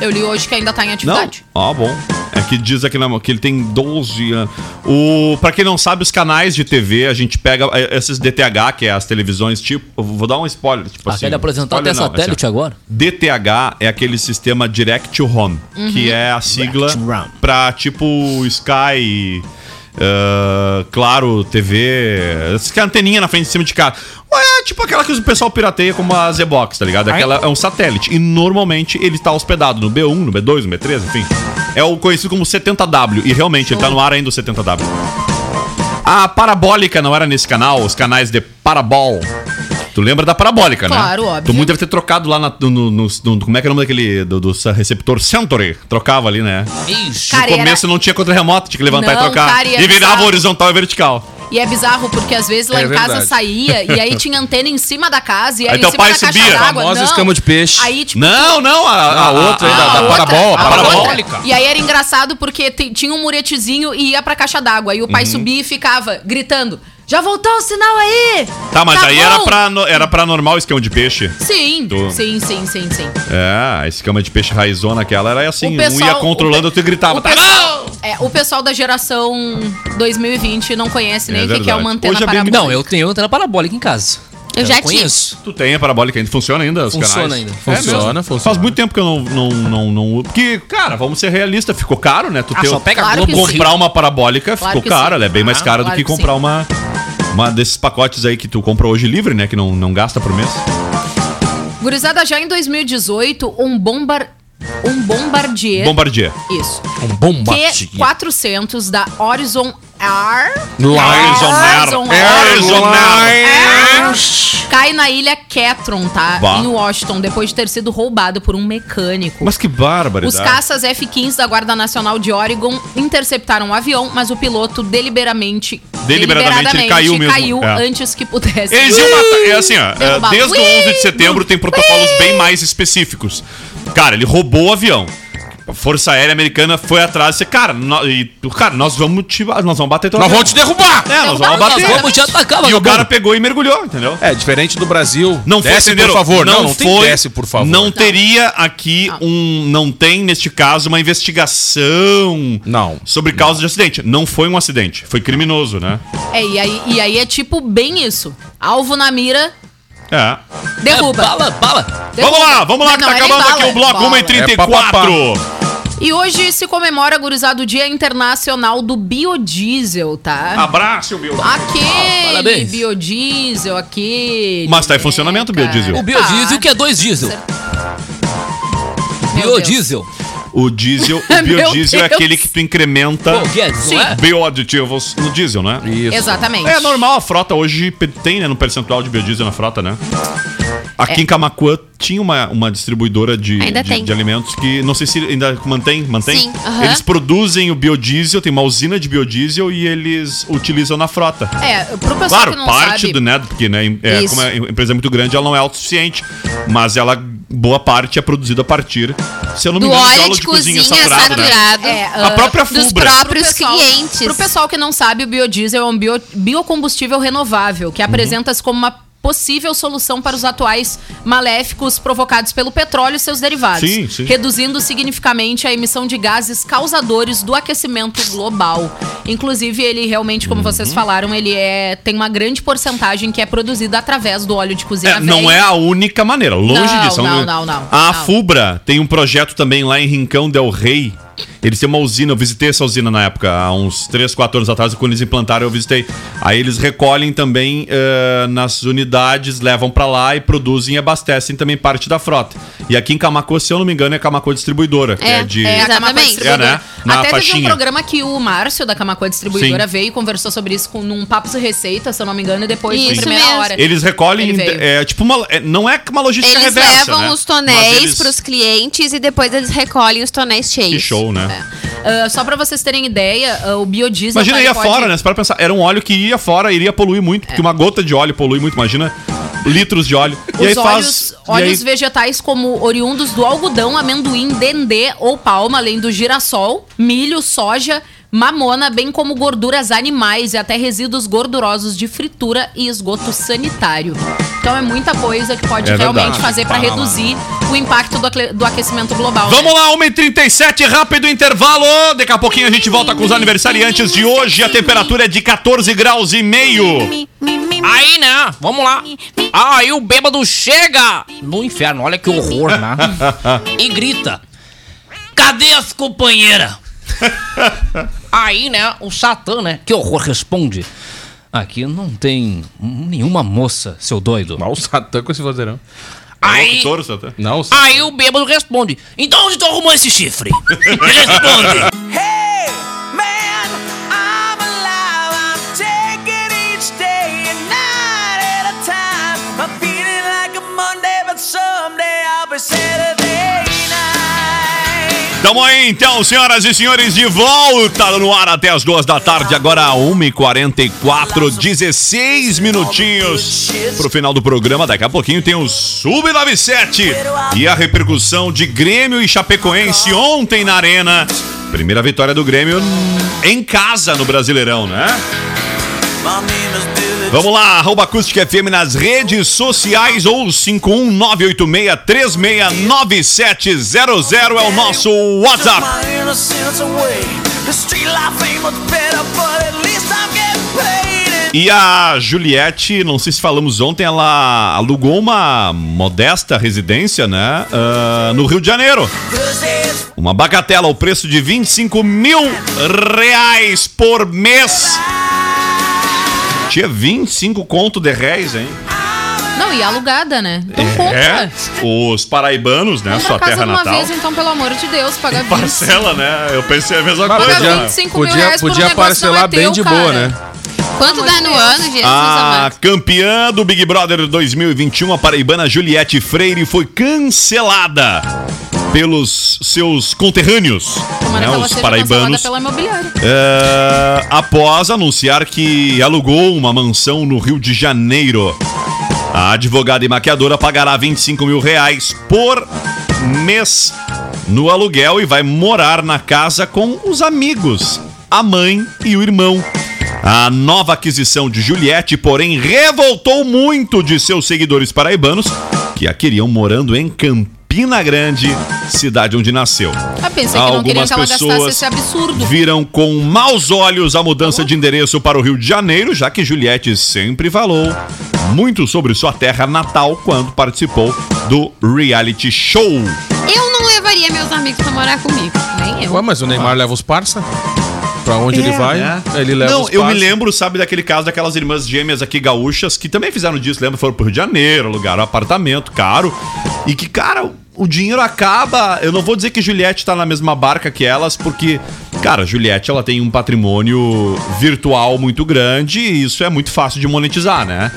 Eu li hoje que ainda tá em
Não?
atividade.
Ó, bom. É que diz aqui na mão que ele tem 12 anos. O, pra quem não sabe, os canais de TV, a gente pega é, esses DTH, que é as televisões, tipo. eu Vou dar um spoiler. Tipo assim,
Aquele apresentado até
spoiler não, assim,
satélite
ó.
agora.
DTH é aquele sistema Direct to Home, que é a sigla
to Home.
pra tipo Sky, ah, Claro TV, essas que é a anteninha na frente de cima de casa. É tipo aquela que o pessoal pirateia como a Z-Box, tá ligado? Aquela é um satélite. E normalmente ele tá hospedado no B1, no B2, no B3, enfim. É o conhecido como 70W. E realmente, ele tá no ar ainda o 70W. A Parabólica não era nesse canal, os canais de Parabol. Tu lembra da Parabólica, né?
Claro, óbvio.
Tu muito deve ter trocado lá na- no, no- no- no- Como é que é o nome daquele. Do, do receptor Century? Trocava ali, né?
Ixi.
No
Cara, e era-
começo não tinha contra remoto, tinha que levantar
Não,
e trocar.
cara, e era
e virava
bizarro.
horizontal e vertical.
E é bizarro porque às vezes lá
É
em casa
verdade.
saía e aí tinha antena em cima da casa e era
Aí
em
teu
cima
pai
da caixa
subia.
d'água.
Famosa
Não.
escama de peixe.
Aí, tipo,
Não, não, a, a,
A outra aí da, da
outra,
parabol,
a
parabol.
outra. E aí era engraçado porque te- tinha um muretezinho e ia pra caixa d'água. E o
Uhum.
pai subia e ficava gritando: Já voltou o sinal aí!
Tá, mas aí era
bom?"
pra, no- era pra normal o esquema de peixe.
Sim,
Do-
sim, sim, sim, sim.
É, a esquema de peixe raizona aquela era assim. um ia controlando,
o
outro
pe-
gritava.
O
tá
pessoal, é, o pessoal da geração 2020 não conhece nem
É
o que que é
verdade.
uma antena
Hoje é bem
parabólica.
Não, eu tenho antena parabólica em casa.
Eu já
conheço.
Tu tem a parabólica ainda? Funciona ainda os
Funciona
canais?
ainda.
É
Funciona,
mesmo?
funciona.
Faz muito tempo que eu não, não, não, não... Porque, cara, vamos ser realistas, ficou caro, né? Tu
Ah,
ter-
só pega a
Claro que
Globo
sim.
comprar uma parabólica
Claro
ficou
que
cara,
sim.
ela é bem mais
Ah,
cara do
claro
que
que
comprar uma... Uma desses pacotes aí que tu comprou hoje livre, né? Que não, não gasta por mês.
um-
Gurizada, já em 2018, um bombar... Um bombardier...
Bombardier.
Isso.
Um bomba.
Q400 da Horizon R...
Horizon Air.
Horizon
Horizon Air.
Cai na ilha Ketron, tá?
Bah.
Em Washington, depois de ter sido roubado por um mecânico.
Mas que
Os
barbaridade.
caças F-15 da Guarda Nacional de Oregon interceptaram o avião, mas o piloto deliberadamente
Deliberadamente, ele caiu mesmo,
caiu
é.
antes que pudesse.
Eles iam matar. É assim, ó. é,
Derrubar.
Desde o
Ui,
11 de setembro tem protocolos bem mais específicos. Cara, ele roubou o avião. A Força Aérea Americana foi atrás e disse, cara, nó- e, cara, nós vamos te, nós vamos bater teu
Nós
avião.
vamos te derrubar!
É, nós vamos
Derrubar,
bater.
nós
Vamos te atacar,
E o
vagabundo.
cara pegou e mergulhou, entendeu?
É, diferente do Brasil.
Não foi,
desce, por
entenderam?
favor. Não, não, tem
foi-
desce, por favor.
Não teria aqui um. Não tem, neste caso, uma investigação
Não.
sobre causa de acidente. Não foi um acidente. Foi criminoso, né?
É, e aí, e aí é tipo bem isso. Alvo na mira,
É.
derruba.
É, bala, bala.
Derruba.
Vamos lá, vamos lá, que
Não,
tá
não, é nem
acabando aqui
bala,
o bloco
bala.
1 e 34.
É
E hoje se comemora, gurizado, o Dia Internacional do Biodiesel, tá?
Abraço, meu.
Aquele
Parabéns.
biodiesel, aquele.
Mas tá em funcionamento o
cara.
biodiesel.
O biodiesel que é dois diesel.
Ah, Meu Deus.
Biodiesel.
O diesel, o
Meu
biodiesel é
Deus.
aquele que tu incrementa
Pô, Guedes, não é?
bioaditivos no diesel, né?
Isso.
Exatamente.
É normal, a frota hoje pe- tem, né, no percentual de biodiesel na frota, né? Aqui em Camacuã tinha uma, uma distribuidora de,
Ainda
de,
tem.
de alimentos que não sei se ainda mantém, mantém.
Sim, aham.
Eles produzem o biodiesel, tem uma usina de biodiesel e eles utilizam na frota.
É, pro pessoal
Claro,
que não
parte
sabe.
do, né? Porque, né, em- é,
Isso.
como a empresa é muito grande, ela não é autossuficiente. Mas ela boa parte é produzida a partir, se eu não me
Do
engano,
óleo
óleo
de cozinha saturado.
né?
É,
A
ah,
própria
dos
Fubra.
próprios-
Pro
Pros clientes.
Pro pessoal que não sabe, o biodiesel é um bio- biocombustível renovável
Uhum.
que apresenta-se como uma possível solução para os atuais maléficos provocados pelo petróleo e seus derivados,
Sim, sim.
reduzindo significativamente a emissão de gases causadores do aquecimento global. Inclusive, ele realmente,
Uhum.
como vocês falaram, ele é tem uma grande porcentagem que é produzida através do óleo de cozinha.
É, não
velho.
é a única maneira, longe
Não,
disso. É um-
não, não, não,
a
não.
Fubra tem um projeto também lá em Rincão del Rei. Eles têm uma usina, eu visitei essa usina na época, há uns 3, 4 anos atrás, quando eles implantaram, eu visitei. Aí eles recolhem também eh, nas unidades, levam pra lá e produzem e abastecem também parte da frota. E aqui em Camacô, se eu não me engano, é Camacô Distribuidora, que é,
É,
de.
É, a
Exatamente.
Camacô Distribuidora.
É, né? Na
Até teve um
faixinha.
programa que o Márcio, da Camacô Distribuidora,
Sim.
veio e conversou sobre isso com, num Papos e Receita, se eu não me engano, e depois, na
Isso
primeira
mesmo.
hora.
Eles recolhem.
Ele veio.
é, tipo uma, é, não é uma logística
Eles
reversa.
levam
né?
os
Mas
tonéis
eles-
pros clientes e depois eles recolhem os tonéis cheios.
Que show, né?
Ah, só pra vocês terem ideia, ah, o biodiesel...
Imagina,
ele
ia
pode- É.
fora, né? Você para pensar, era um óleo que ia fora, iria poluir muito, porque uma gota de óleo polui muito, imagina litros de óleo.
Os
e aí
óleos,
faz. e aí-
óleos vegetais como oriundos do algodão, amendoim, dendê ou palma, além do girassol, milho, soja, mamona, bem como gorduras animais e até resíduos gordurosos de fritura e esgoto sanitário. Então é muita coisa que pode
É
realmente
verdade.
fazer para reduzir o impacto do, acle- do aquecimento global. né?
Vamos lá, 1h37, rápido intervalo. Daqui a pouquinho a gente volta com os aniversariantes de hoje. A temperatura é de 14 graus e meio.
Aí, né? Vamos lá. Aí o bêbado chega no inferno. Olha que horror, né? E grita. Cadê as companheiras? Aí, né? O Satã, né? Que horror responde. Aqui não tem nenhuma moça, seu doido.
Olha o Satã com esse vozeirão.
Aí,
Locutor, Satã.
Não, o Satã.
aí o bêbado responde. Então onde tu arrumou esse chifre? responde.
Tamo aí então, senhoras e senhores, de volta no ar até as duas da tarde, agora 1h44, 16 minutinhos pro final do programa. Daqui a pouquinho tem o Sub-97 e a repercussão de Grêmio e Chapecoense ontem na Arena. Primeira vitória do Grêmio em casa no Brasileirão, né? Vamos lá, arroba Acústica FM nas redes sociais ou 51986369700 é o nosso WhatsApp. E a Juliette, não sei se falamos ontem, ela alugou uma modesta residência, né? ah, no Rio de Janeiro. Uma bagatela ao preço de 25 mil reais por mês. Tinha 25 conto de réis, hein?
Não, e alugada, né? Então
É,
compra.
Os paraibanos, né?
Compra
sua
a casa
terra
de uma
natal.
vez, então, pelo amor de Deus, paga 25.
Parcela, né? Eu pensei a mesma
Mas
coisa.
podia-
né?
Mas 25 mil reais por um negócio não é
parcelar bem
teu,
de
cara.
boa, né?
Quanto dá no ano,
é
Jesus
A
amado?
campeã do Big Brother 2021, a paraibana Juliette Freire, foi cancelada pelos seus conterrâneos,
Tomara
né,
que ela
os
seja
paraibanos,
cancelada pela imobiliária.
eh, após anunciar que alugou uma mansão no Rio de Janeiro. A advogada e maquiadora pagará 25 mil reais por mês no aluguel e vai morar na casa com os amigos, a mãe e o irmão. A nova aquisição de Juliette, porém, revoltou muito de seus seguidores paraibanos, que a queriam morando em Campina Grande, cidade onde nasceu.
Ah, pensei que não queriam
Algumas
que ela gastasse
pessoas
esse absurdo.
Viram com maus olhos a mudança de endereço para o Rio de Janeiro, já que Juliette sempre falou muito sobre sua terra natal quando participou do reality show.
Eu não levaria meus amigos pra morar comigo. Nem eu.
Ué, mas o Neymar leva os parça? Pra onde
É.
ele vai, ele leva
É. Não,
os
eu me
parça.
lembro, sabe, daquele caso daquelas irmãs gêmeas aqui gaúchas que também fizeram disso, lembra? Foram pro Rio de Janeiro, alugaram um apartamento caro. E que, cara, o- o dinheiro acaba. Eu não vou dizer que Juliette tá na mesma barca que elas, porque, cara, Juliette ela tem um patrimônio virtual muito grande e isso é muito fácil de monetizar, né?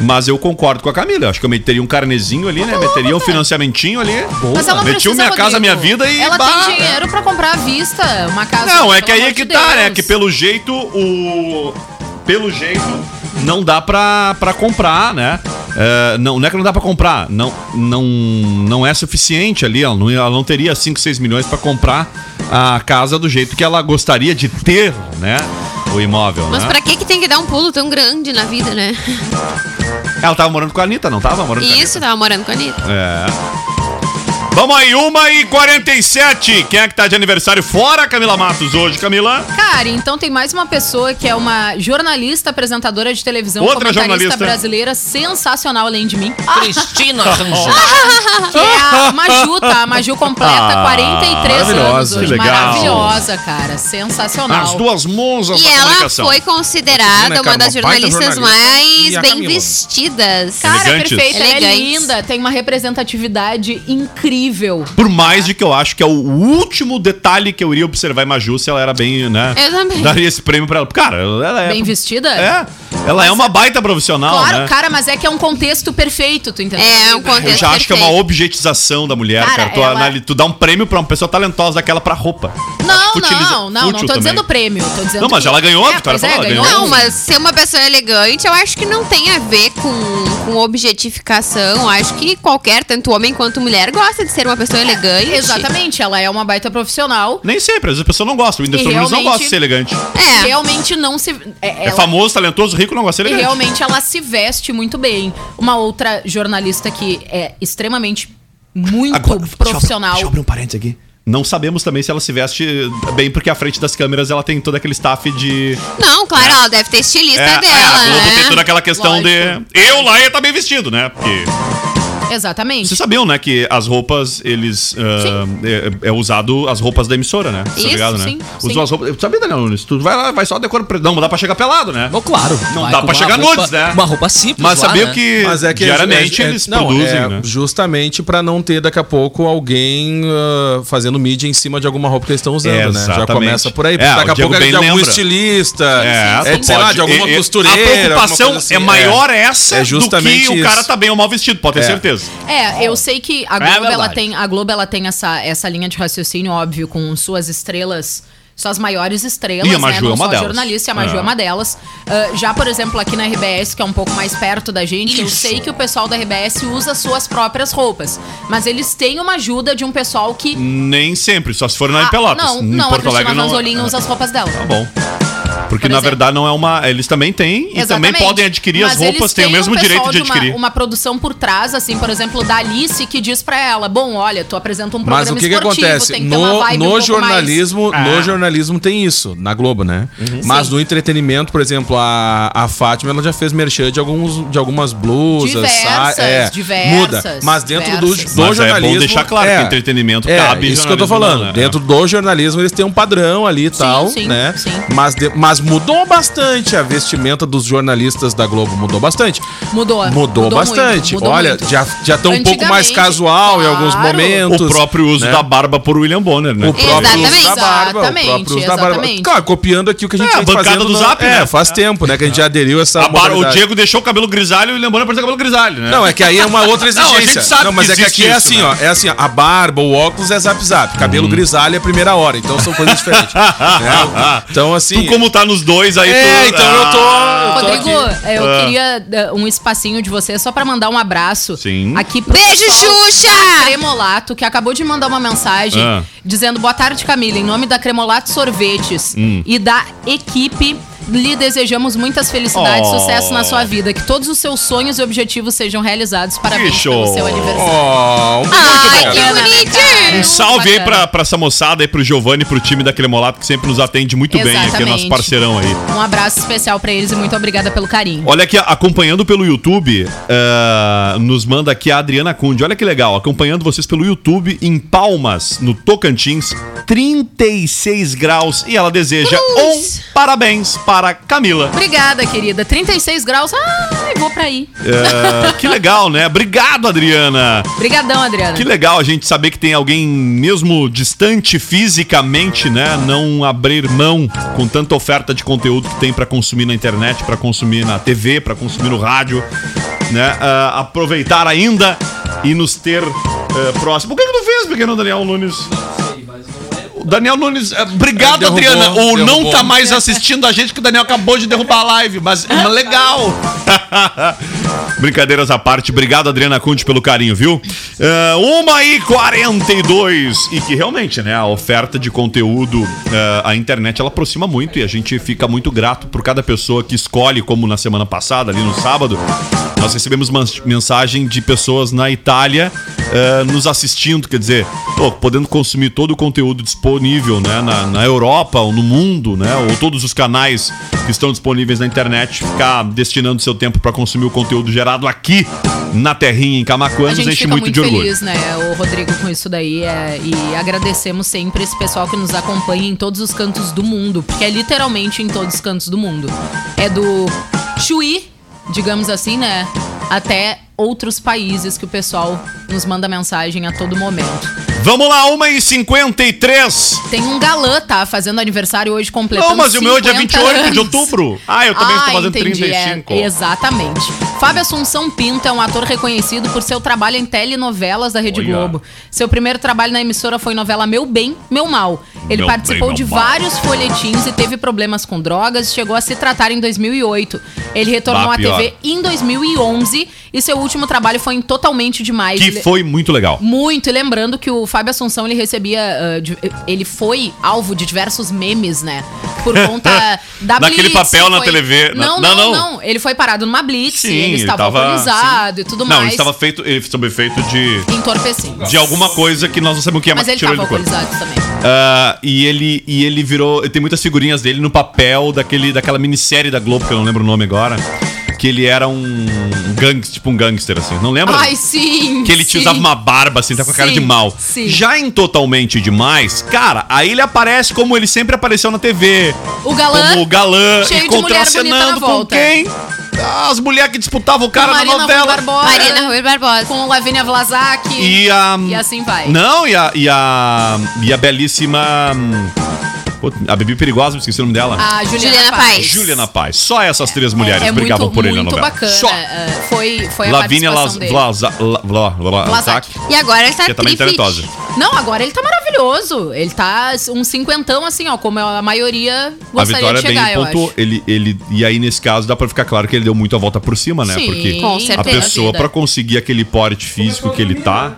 Mas eu concordo com a Camila. eu Acho que eu meteria um carnezinho ali, né? Meteria um financiamentinho ali.
Mas ela
Meti o
precisa,
minha casa,
Rodrigo.
minha vida e.
Ela
bah.
tem dinheiro pra comprar à vista uma casa.
Não, é
pelo
que aí
amor
é que
de
tá,
Deus.
né? Que pelo jeito, o. Pelo jeito, não dá pra, pra comprar, né? É, não, não é que não dá pra comprar, não, não, não é suficiente ali, ela não, ela não teria 5, 6 milhões pra comprar a casa do jeito que ela gostaria de ter, né? O imóvel,
Mas
né?
pra que que tem que dar um pulo tão grande na vida, né?
Ela tava morando com a Anitta, não tava morando com a
Isso, tava morando com a Anitta.
É. Vamos aí, 1 e 47 Quem é que tá de aniversário fora, Camila Matos, hoje, Camila?
Cara, então tem mais uma pessoa que é uma jornalista, apresentadora de televisão,
Outra
comentarista
jornalista.
brasileira, sensacional além de mim.
Cristina Rangel.
Que é a Maju, tá? A Maju completa
Ah,
43 anos
maravilhosa,
hoje.
que legal.
Maravilhosa, cara. Sensacional.
As duas musas
E
da
ela
comunicação.
foi considerada
é, Cara,
uma
uma
das
baita
jornalistas
jornalista.
mais
E a
bem
Camila.
vestidas.
Cara, é
Elegantes.
perfeita, ela é
Elegantes.
linda, tem uma representatividade incrível.
Por mais de que eu acho que é o último detalhe que eu iria observar em Maju se ela era bem, né?
Eu
É.
também.
Daria esse prêmio pra ela. Cara, ela é.
Bem vestida?
É. Ela é uma baita profissional,
Claro,
né?
cara, mas é que é um contexto perfeito, tu entendeu?
É, um contexto
Eu já acho que é uma objetização da mulher, cara.
Cara,
Tu,
ela-
anali- tu dá um prêmio pra uma pessoa talentosa daquela pra roupa.
Não,
Futiliza-
não, não, não
fútil
tô dizendo
também.
prêmio, tô dizendo
Não, mas
que-
ela ganhou,
é,
tu tá
pois é,
falando, ela
ganhou.
ganhou.
Não, mas ser uma pessoa elegante, eu acho que não tem a ver com, com objetificação. Eu Acho que qualquer, tanto homem quanto mulher, gosta de ser uma pessoa elegante.
Exatamente, ela é uma baita profissional.
Nem sempre, às vezes a pessoa não gosta. O Whindersson
E
Nunes não
realmente-
gosta de ser elegante.
É.
Realmente não se. É,
É
ela-
famoso, talentoso, rico, não gosta de ser
E
elegante.
realmente ela se veste muito bem. Uma outra jornalista que é extremamente muito profissional.
Deixa eu abrir um parênteses aqui. Não sabemos também se ela se veste bem, porque à frente das câmeras ela tem todo aquele staff de.
Não, claro, ela deve ter estilista
É,
dela,
a Globo tem toda
né?
aquela questão
Lógico.
de. Eu lá ia tá bem vestido, né? Porque.
Exatamente.
Vocês sabiam, né, que as roupas, eles. ah, é, é usado as roupas da emissora, né? Você tá
Isso,
ligado, né?
sim, sim.
Usam as roupas. Tu sabia, Daniel Nunes? Tu vai lá, vai só decor. preto. Não, dá pra chegar pelado, né?
claro.
Não
vai
dá
com
pra
uma
chegar
roupa-
nudes, né?
Uma roupa simples.
Mas
lá,
sabia
né?
que
Mas é que
diariamente
é- é-
eles
não,
produzem,
é
né?
Justamente pra não ter daqui a pouco alguém ah, fazendo mídia em cima de alguma roupa que eles estão usando, né? Já
Exatamente.
começa por aí.
É,
porque
o
daqui a
Diego
pouco é
bem
de algum
lembra.
estilista, é,
tu
sei lá,
pode.
de alguma
E- e-
costureira.
A preocupação
alguma coisa assim.
é maior essa
É justamente
do que o
isso.
cara tá bem ou mal vestido, pode ter
É.
certeza.
É, eu sei que a Globo, ela
verdade.
tem, a Globo ela tem essa, essa linha de raciocínio, óbvio, com suas estrelas, suas maiores estrelas,
E a Maju
né? Não
é uma
só
delas.
jornalista, e a Maju é,
É.
uma delas. Ah, já, por exemplo, aqui na RBS, que é um pouco mais perto da gente, eu sei que o pessoal da RBS usa suas próprias roupas. Mas eles têm uma ajuda de um pessoal que.
Nem sempre, só se for na
Ah,
é em Pelotas.
Não,
em
não, a
Porto
Cristina
Alegre não.
Ranzolin usa as roupas dela.
Tá bom. Porque
Por
na
exemplo.
verdade não é uma. Eles também têm e também
Exatamente.
podem adquirir as
Mas eles
roupas, têm o
têm um
mesmo direito
pessoal
de
uma-
adquirir.
Uma, produção por trás, assim, por exemplo, da Alice, que diz pra ela: Bom, olha, tu apresenta um programa
Mas o que, que
esportivo,
acontece?
tem que ter uma
No,
vibe um
no,
pouco
jornalismo,
É.
no jornalismo tem isso, na Globo, né?
Uhum.
Mas no entretenimento, por exemplo, a, a Fátima ela já fez merchan de, alguns, de algumas blusas.
Diversas,
sa- é,
diversas,
Muda. Mas dentro do,
diversas.
do
Mas é bom
jornalismo.
deixar claro que entretenimento
é,
cabe
Isso que eu tô
jornalismo,
falando.
né?
Dentro do jornalismo eles têm um padrão ali e tal,
sim,
né?
sim.
Mas, de- mas mudou bastante a vestimenta dos jornalistas da Globo. Mudou bastante.
mais. Mudou.
Mudou, bastante.
muito, mudou
Olha,
muito.
já já tá um pouco mais
Antigamente,
casual em alguns
claro.
momentos.
O próprio uso
né?
da barba por William Bonner, né?
O próprio uso da
Exatamente.
barba. o próprio uso da barba.
Exatamente.
Claro, copiando aqui o que a gente
É, a
vem
bancada
fazendo
do
na-
Zap,
é,
né?
faz tempo, né? Que a gente já aderiu a essa
A bar- O
modalidade.
Diego deixou o cabelo grisalho e lembrando para o cabelo grisalho, né?
Não, é que aí é uma outra
Não, a
exigência.
gente sabe
mas
que
é que
existe
aqui é
isso,
assim,
né? Uhum.
ó. É assim, ó, a barba, o óculos é zap zap. Cabelo grisalho é primeira hora. Então são coisas diferentes. né? Então, assim.
Tu, como tá nos dois aí,
É,
tu. Ah.
então eu tô. eu tô
Rodrigo, é,
aqui.
eu queria eh, um espacinho de você só pra mandar um abraço.
Sim.
Aqui pro
Beijo,
pessoal da
Xuxa!
Cremolato, que acabou de mandar uma mensagem
Ah.
dizendo boa tarde, Camila, em nome da Cremolato Sorvetes
Hum.
e da equipe. Lhe desejamos muitas felicidades
Oh.
e sucesso na sua vida. Que todos os seus sonhos e objetivos sejam realizados. Parabéns
Que show.
pelo seu aniversário.
Ó,
Ai,
um
bom.
que
Bacana, né, cara?
bonitinho!
Um salve aí
Bacana.
pra, pra essa moçada aí, pro Giovanni, pro time da Cremolato, que sempre nos atende muito bem aqui, é nosso
Exatamente.
parceirão aí.
Um abraço especial pra eles e muito obrigada pelo carinho.
Olha aqui, acompanhando pelo YouTube, eh, nos manda aqui a Adriana Cunde. Olha que legal, acompanhando vocês pelo YouTube em Palmas, no Tocantins, 36 graus. E ela deseja um parabéns para Camila.
Obrigada, querida. 36 graus. Ai, vou pra aí.
Eh, que legal, né? Obrigado, Adriana.
Obrigadão, Adriana.
Que legal a gente saber que tem alguém mesmo distante fisicamente, né, não abrir mão com tanta oferta de conteúdo que tem pra consumir na internet, pra consumir na TV, pra consumir no rádio, né? ah, aproveitar eh, ainda e nos ter ah, próximo. O que, que tu fez, pequeno Daniel Nunes? O Daniel Nunes. eh, Obrigado,
Derrubou,
Adriana. O não
derrubou.
tá mais assistindo a gente, que o Daniel acabou de derrubar a live, mas é legal. Brincadeiras à parte, obrigado, Adriana Conte, pelo carinho, viu? Eh, Uma e 42 E que realmente, né, a oferta de conteúdo, eh, a internet, ela aproxima muito e a gente fica muito grato por cada pessoa que escolhe, como na semana passada, ali no sábado. Nós recebemos mans- mensagem de pessoas na Itália eh, nos assistindo, quer dizer, pô, podendo consumir todo o conteúdo disponível né, na, na Europa ou no mundo, né? Ou todos os canais que estão disponíveis na internet, ficar destinando seu tempo para consumir o conteúdo gerado aqui na terrinha, em Camacuã,
A
nos
gente
enche
fica
muito, de orgulho.
feliz, né, o Rodrigo, com isso daí. é, e agradecemos sempre esse pessoal que nos acompanha em todos os cantos do mundo, porque é literalmente em todos os cantos do mundo. É do Chuí, digamos assim, né? Até outros países que o pessoal nos manda mensagem a todo momento.
Vamos lá, 1h53.
Tem um galã, tá? Fazendo aniversário hoje completando.
Não, mas o meu é dia
50
28 de
anos.
outubro. Ah, eu também estou
Ah,
fazendo
entendi,
35.
é, exatamente. Fábio Assunção Pinto é um ator reconhecido por seu trabalho em telenovelas da Rede
Olha.
Globo. Seu primeiro trabalho na emissora foi novela Meu Bem, Meu Mal. Ele
Meu
participou
Bem,
de
Meu Mal.
vários folhetins e teve problemas com drogas e chegou a se tratar em 2008. Ele retornou
Bah,
à
pior.
TV em 2011 e seu último trabalho foi em Totalmente Demais.
Que
Ele-
foi muito legal.
muito, e lembrando que o Fábio Assunção ele recebia. ah, de- ele foi alvo de diversos memes, né? Por conta da Blitz.
Naquele papel na
foi-
TV. Na-
Não,
não,
não, não,
não.
Ele foi parado numa Blitz, ele estava
tava-
alcoolizado e tudo
Não, ele
mais.
estava feito, ele estava feito de
entorpecendo.
de alguma coisa que nós não sabemos o que é,
Mas ele
tirou
estava
ele do corpo.
alcoolizado também.
Ah, e ele e ele virou, tem muitas figurinhas dele no papel daquele daquela minissérie da Globo que eu não lembro o nome agora, que ele era um gangster, tipo um gangster assim. Não lembra?
Ai, sim.
Que ele te
sim.
usava uma barba, assim, tá com a cara
Sim,
de mal.
sim.
Já em Totalmente Demais, cara, aí ele aparece como ele sempre apareceu na TV.
O galã.
Como o galã,
cheio
e
de mulher bonita
contracenando com
na volta.
quem? As mulheres que disputavam o cara na
Marina Rui
novela.
Barbosa,
Marina Rui Barbosa.
com Lavínia Vlasak.
E a.
E assim vai.
Não, e a. E a, e a belíssima. hum, pô, A Bibi Perigosa, me esqueci o nome dela.
A Juliana,
Juliana
Ah, Paz.
Paes.
Juliana Paz. Só essas três mulheres
é
brigavam
muito,
por ele na
muito
novela.
bacana.
Só.
ah, foi, foi a
Lavínia Las,
participação dele.
Vlasa, La- Vla- Vla-
Vlasak.
Vlasak,
E agora ele tá
que é também
trifit.
talentosa.
Não, agora ele tá maravilhoso. Ele tá um cinquentão, assim, ó, como a maioria
A
gostaria
vitória é
de chegar,
bem
eu
pontuou.
acho.
Ele, ele, e aí, nesse caso, dá pra ficar claro que ele deu muito a volta por cima, né?
Sim,
Porque
Com
a
certeza.
pessoa,
Toda
pra
vida.
conseguir aquele porte físico que ele tá.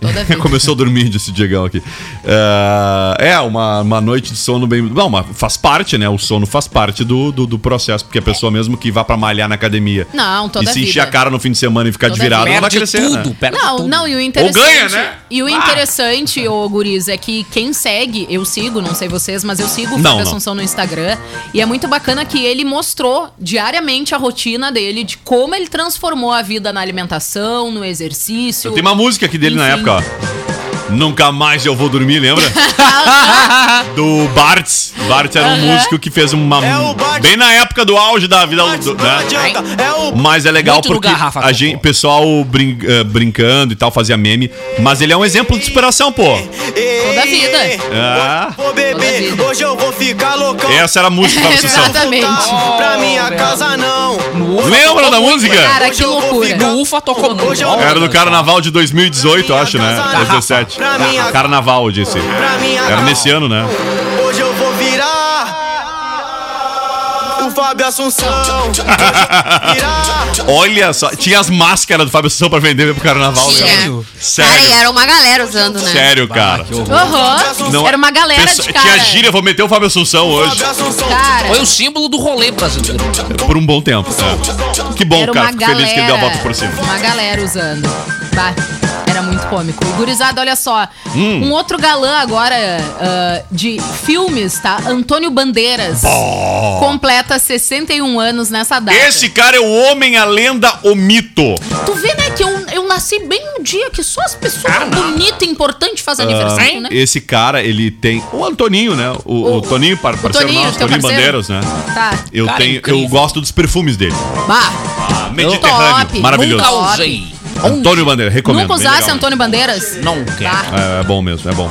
Toda vida.
Começou a dormir, disse o Diegão aqui. Ah, é, uma, uma noite de sono bem. Não, mas faz parte, né? O sono faz parte do, do, do processo, porque a pessoa, mesmo que vá pra malhar na academia
Não, toda
e se
vida.
encher a cara no fim de semana e ficar de
Toda
virada,
vida.
ela vai
Perde
crescer.
tudo,
Né?
perde
Não,
tudo.
não, e o interessante.
ganha, né?
E o interessante, ô Guriz, é que quem segue, eu sigo, não sei vocês, mas eu sigo o
Não,
Fábio
não.
Assunção no Instagram. E é muito bacana que ele mostrou diariamente a rotina dele, de como ele transformou a vida na alimentação, no exercício.
Eu tenho uma música aqui dele na
Enfim.
época, ó. Nunca mais eu vou dormir, lembra? do Bartz. Bartz era um músico que fez uma.
É o Bartz.
bem na época do auge da vida. do- né?
É o
Mas é legal
Muito no
porque
garrafa,
a
Cocô.
gente, o pessoal brin- eh, brincando e tal, fazia meme. Mas ele é um exemplo de superação, pô.
Toda vida.
Ah,
Ô
Toda
bebê,
vida.
hoje eu vou ficar loucão.
essa era a música da Assunção.
Exatamente.
Pra minha casa não.
Lembra da música?
Cara, que loucura.
No UFA tocou muito.
Hoje eu-
Olha,
Era do Carnaval de 2018, eu acho, né?
Garrafa.
17.
Pra mim, a-
Carnaval, eu disse.
Pra minha
Era
casa.
nesse ano, né?
Hoje eu vou virar. O Fábio Assunção. Hoje eu vou virar.
Olha só, tinha as máscaras do Fábio Assunção pra vender pro Carnaval.
Tinha.
É.
lembra?
Cara, e
Sério,
era uma galera usando, né?
sério, cara.
Aham.
Não-
Era uma galera de
Pessoa-
cara.
Tinha gíria, um vou meter o Fábio Assunção hoje.
Fábio Assunção.
Cara.
Foi o símbolo do rolê brasileiro.
Por um bom tempo. é. Que bom,
era
cara.
uma
Fico
galera,
feliz que ele deu a volta por cima.
Uma galera usando. Bah, era muito cômico. Gurizada, olha só.
Hum.
Um outro galã agora ah, de filmes, tá? Antônio Bandeiras. Completa 61 anos nessa data.
Esse cara é o homem, a lenda, o mito.
Tu vê, né, que eu, eu nasci bem no dia que só as pessoas
Ah,
bonitas e importantes fazem aniversário, né?
Esse cara, ele tem. O Antoninho, né? O, o Toninho, par, parceiro
Toninho,
nosso,
teu
Toninho
parceiro?
Bandeiras, né?
Tá.
Eu,
Cara,
tenho,
incrível.
eu gosto dos perfumes dele.
Bah,
Ah, Mediterrâneo,
Top.
maravilhoso.
Nunca
Top.
usei.
Antônio Bandeiras, recomendo.
nunca
bem
usasse
legal.
Antônio Bandeiras?
Não quero.
Bah.
É, é bom mesmo, é bom.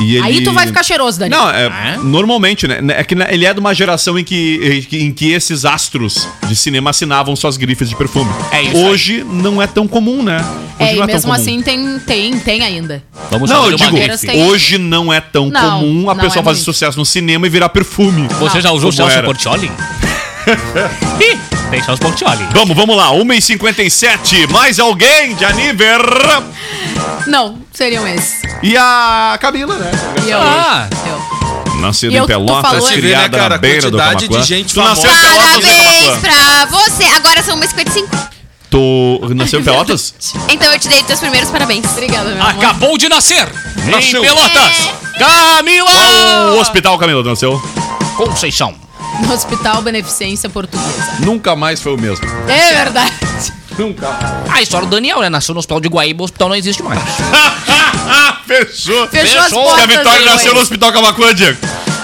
E ele-
Aí tu vai ficar cheiroso, Dani.
Não, é,
Ah.
normalmente, né? É que né, ele é de uma geração em que, em que esses astros de cinema assinavam suas grifes de perfume.
É isso aí.
Hoje não é tão comum, né? Hoje
é,
não
e mesmo
comum.
assim tem, tem, tem ainda.
Vamos
Não,
fazer
eu
uma
digo,
grife.
tem-
hoje não é tão
Não,
comum a
não
pessoa
é
fazer
muito.
sucesso no cinema e virar perfume.
Você já Tá, usou
Como
Celso
era.
Portioli? Ih, tem Celso Portioli.
Vamos, vamos lá, 1h57, mais alguém de Aniver.
Não, seriam esses.
E a Camila, né?
E eu.
Ah,
eu.
Nascida
E eu-
em
tu
Pelotas,
falou-
criada
Você vê, né, cara,
na
a
beira do
quantidade
Camacuã.
de gente
tu nasceu em
famosa.
Pelotas, né,
Parabéns
Camacuã?
pra você! Agora são 1h55.
Tu nasceu em Pelotas?
Então eu te dei teus primeiros parabéns.
Obrigada, meu amor.
acabou de nascer.
Nasceu.
Em Pelotas. Camila.
O hospital, Camila, tu nasceu?
Conceição.
No Hospital Beneficência Portuguesa.
Nunca mais foi o mesmo.
É verdade.
A história do Daniel, né? Nasceu no hospital de Guaíba, o hospital não existe mais.
Fechou.
Fechou, as
Fechou.
portas.
Que a Vitória
aí,
nasceu no
Luiz.
Hospital Camacuã, Diego.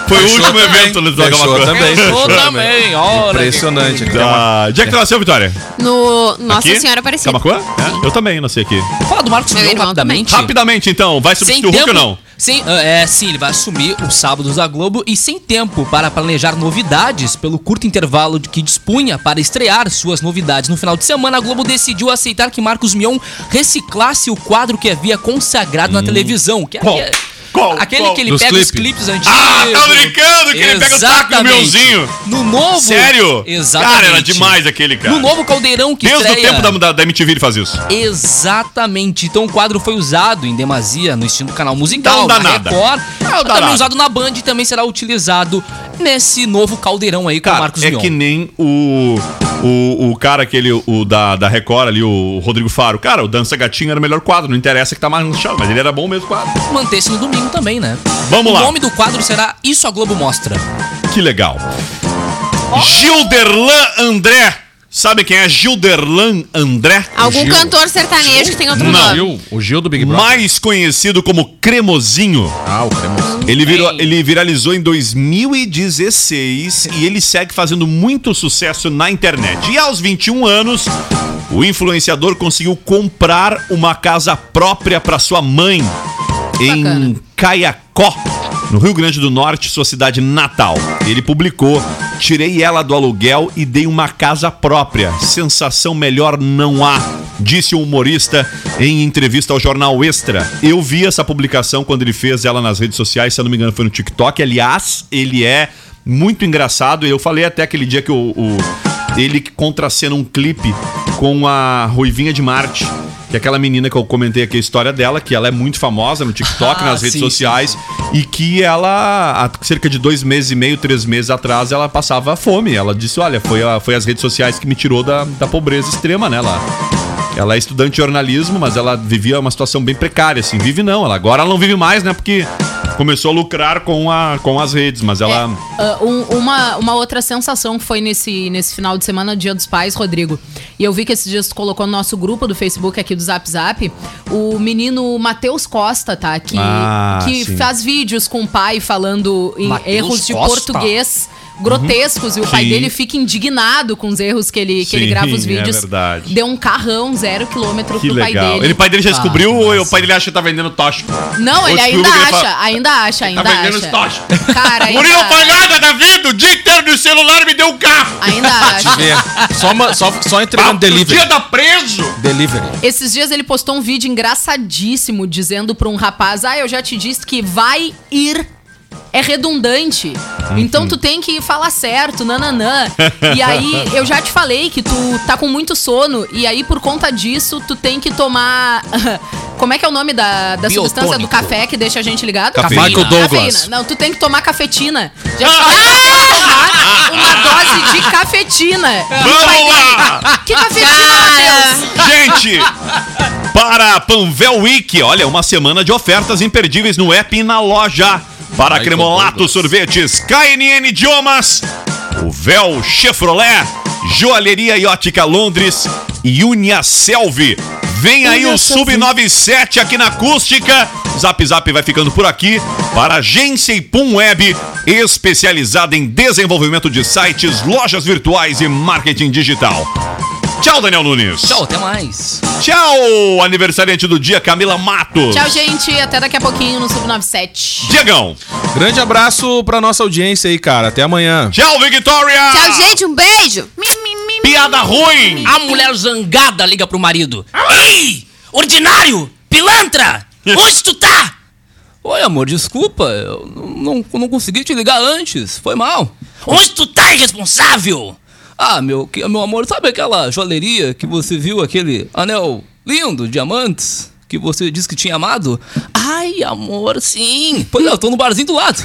Foi o
Fechou
último
também.
evento do Hospital
Fechou
Camacuã.
também.
Fechou
fechou
também, olha.
Impressionante. cara.
Ah, Onde é que tu nasceu, Vitória?
No Nossa
Aqui?
Senhora Aparecida.
Camacuã? É, Eu também nasci aqui.
Fala do Marcos
Meu
Mion
irmão
rapidamente.
Rapidamente, então. Vai substituir o Hulk ou não?
Sem, ah, é, sim, ele vai assumir os sábados da Globo e sem tempo para planejar novidades. Pelo curto intervalo de que dispunha para estrear suas novidades no final de semana, a Globo decidiu aceitar que Marcos Mion reciclasse o quadro que havia consagrado na televisão. Que
Hum. Qual?
é-
Qual?
Aquele
Qual?
que ele
Dos
pega os
clipes.
clipes antigos.
Ah, tá brincando que ele pega o saco do
Exatamente.
Mionzinho.
No novo.
Sério?
Exatamente.
Cara, era demais aquele cara.
No novo caldeirão que
Desde o
estreia-
tempo da, da, da MTV ele faz isso.
Exatamente. Então o quadro foi usado em demasia no estilo do canal musical,
Não dá
na
nada.
Record. Tá
Não dá
também
nada.
usado na Band e também será utilizado nesse novo caldeirão aí com o
Cara,
Marcos
é
Mion.
que nem o, o, o cara aquele, o da, da Record ali, o Rodrigo Faro. Cara, o Dança Gatinho era o melhor quadro, não interessa que tá mais no chão, mas ele era bom mesmo quadro.
Manter-se no domingo também, né?
Vamos
O
lá.
nome do quadro será Isso a Globo Mostra.
Que legal. Gilderlan André. Sabe quem é Gilderlan André?
Ah.
Algum cantor sertanejo que tem outro
Não.
nome.
Ah, Viu? O Gil do Big Brother.
Mais conhecido como Cremosinho.
Ah, o cremoso.
Ele, virou- ele viralizou em 2016 e ele segue fazendo muito sucesso na internet. E aos 21 anos, o influenciador conseguiu comprar uma casa própria para sua mãe em
Bacana.
Caiacó, no Rio Grande do Norte, sua cidade natal. Ele publicou: "Tirei ela do aluguel e dei uma casa própria. Sensação melhor não há", disse o humorista em entrevista ao jornal Extra. Eu vi essa publicação quando ele fez ela nas redes sociais, se eu não me engano, foi no TikTok. Aliás, ele é muito engraçado. Eu falei até aquele dia que o, o- ele contracena um clipe com a Ruivinha de Marte. Que é aquela menina que eu comentei aqui a história dela, que ela é muito famosa no TikTok,
Ah,
nas redes
sim,
sociais, e que ela, há cerca de dois meses e meio, três meses atrás, ela passava fome. Ela disse: Olha, foi, a- foi as redes sociais que me tirou da, da pobreza extrema, né? Ela, ela é estudante de jornalismo, mas ela vivia uma situação bem precária, assim. Vive não, ela agora ela não vive mais, né? Porque começou a lucrar com, a, com as redes, mas ela.
Ah, um- uma, uma outra sensação que foi nesse, nesse final de semana, Dia dos Pais, Rodrigo. E eu vi que esses dias tu colocou no nosso grupo do Facebook aqui do Zap Zap, o menino Matheus Costa, tá? Que,
Ah,
que
sim.
faz vídeos com o pai falando em
Matheus
erros de
Costa?
português grotescos. E o pai
Sim.
dele fica indignado com os erros que ele, que ele
Uhum. Sim,
grava os
é
vídeos.
verdade.
Deu um carrão, zero quilômetro
Que
pro pai
legal.
dele.
Ele, o pai dele já
Ah,
descobriu
que
ou
massa.
o pai dele acha que tá vendendo tóxico?
Não, ele
Outro
ainda
filme que ele
acha,
fala-
ainda acha,
Tá
ainda
vendendo
acha.
tóxico.
Cara, ainda
Murilo, faz
acha.
nada da vida, o dia inteiro no celular e me deu um carro.
Ainda acha.
Vê. Só, uma- só, só entregando
o dia
delivery.
tá preso.
Delivery.
Esses dias ele postou um vídeo engraçadíssimo dizendo pra um rapaz: Ah, eu já te disse que vai ir. É redundante. Então tu tem que falar certo, nananã. E aí eu já te falei que tu tá com muito sono e aí por conta disso tu tem que tomar. Como é que é o nome da, da substância do
Biotônico.
café que deixa a gente ligado?
Cafeína.
Michael Douglas.
Cafeína. Não, tu tem que tomar cafetina. Já te falei que tem que tomar uma dose de cafetina.
Vamos lá.
Que cafetina, Matheus?
Gente, para a Panvel Week, olha, uma semana de ofertas imperdíveis no app e na loja. Para Cremolato Sorvetes, KNN Idiomas, o Véu Chevrolet, Joalheria e Ótica Londres e Uniaselv. Vem aí o Sub97 aqui na acústica. Zap Zap vai ficando por aqui para a agência Ipum Web, especializada em desenvolvimento de sites, lojas virtuais e marketing digital. Tchau, Daniel Nunes.
Tchau, até mais.
Tchau, aniversariante do dia, Camila Matos.
Tchau, gente. Até daqui a pouquinho no Sub97.
Diegão.
Grande abraço pra nossa audiência aí, cara. Até amanhã.
Tchau, Victoria.
Tchau, gente. Um beijo.
Piada ruim.
A mulher zangada liga pro marido. Ei! Ordinário! Pilantra! Onde tu tá? Oi, amor, desculpa. Eu não, não consegui te ligar antes. Foi mal. Onde tu tá, irresponsável? Ah, meu, que- meu amor, sabe aquela joalheria que você viu, aquele anel lindo, diamantes, que você disse que tinha amado? Ai, amor, sim. Pois é, eu tô no barzinho do lado.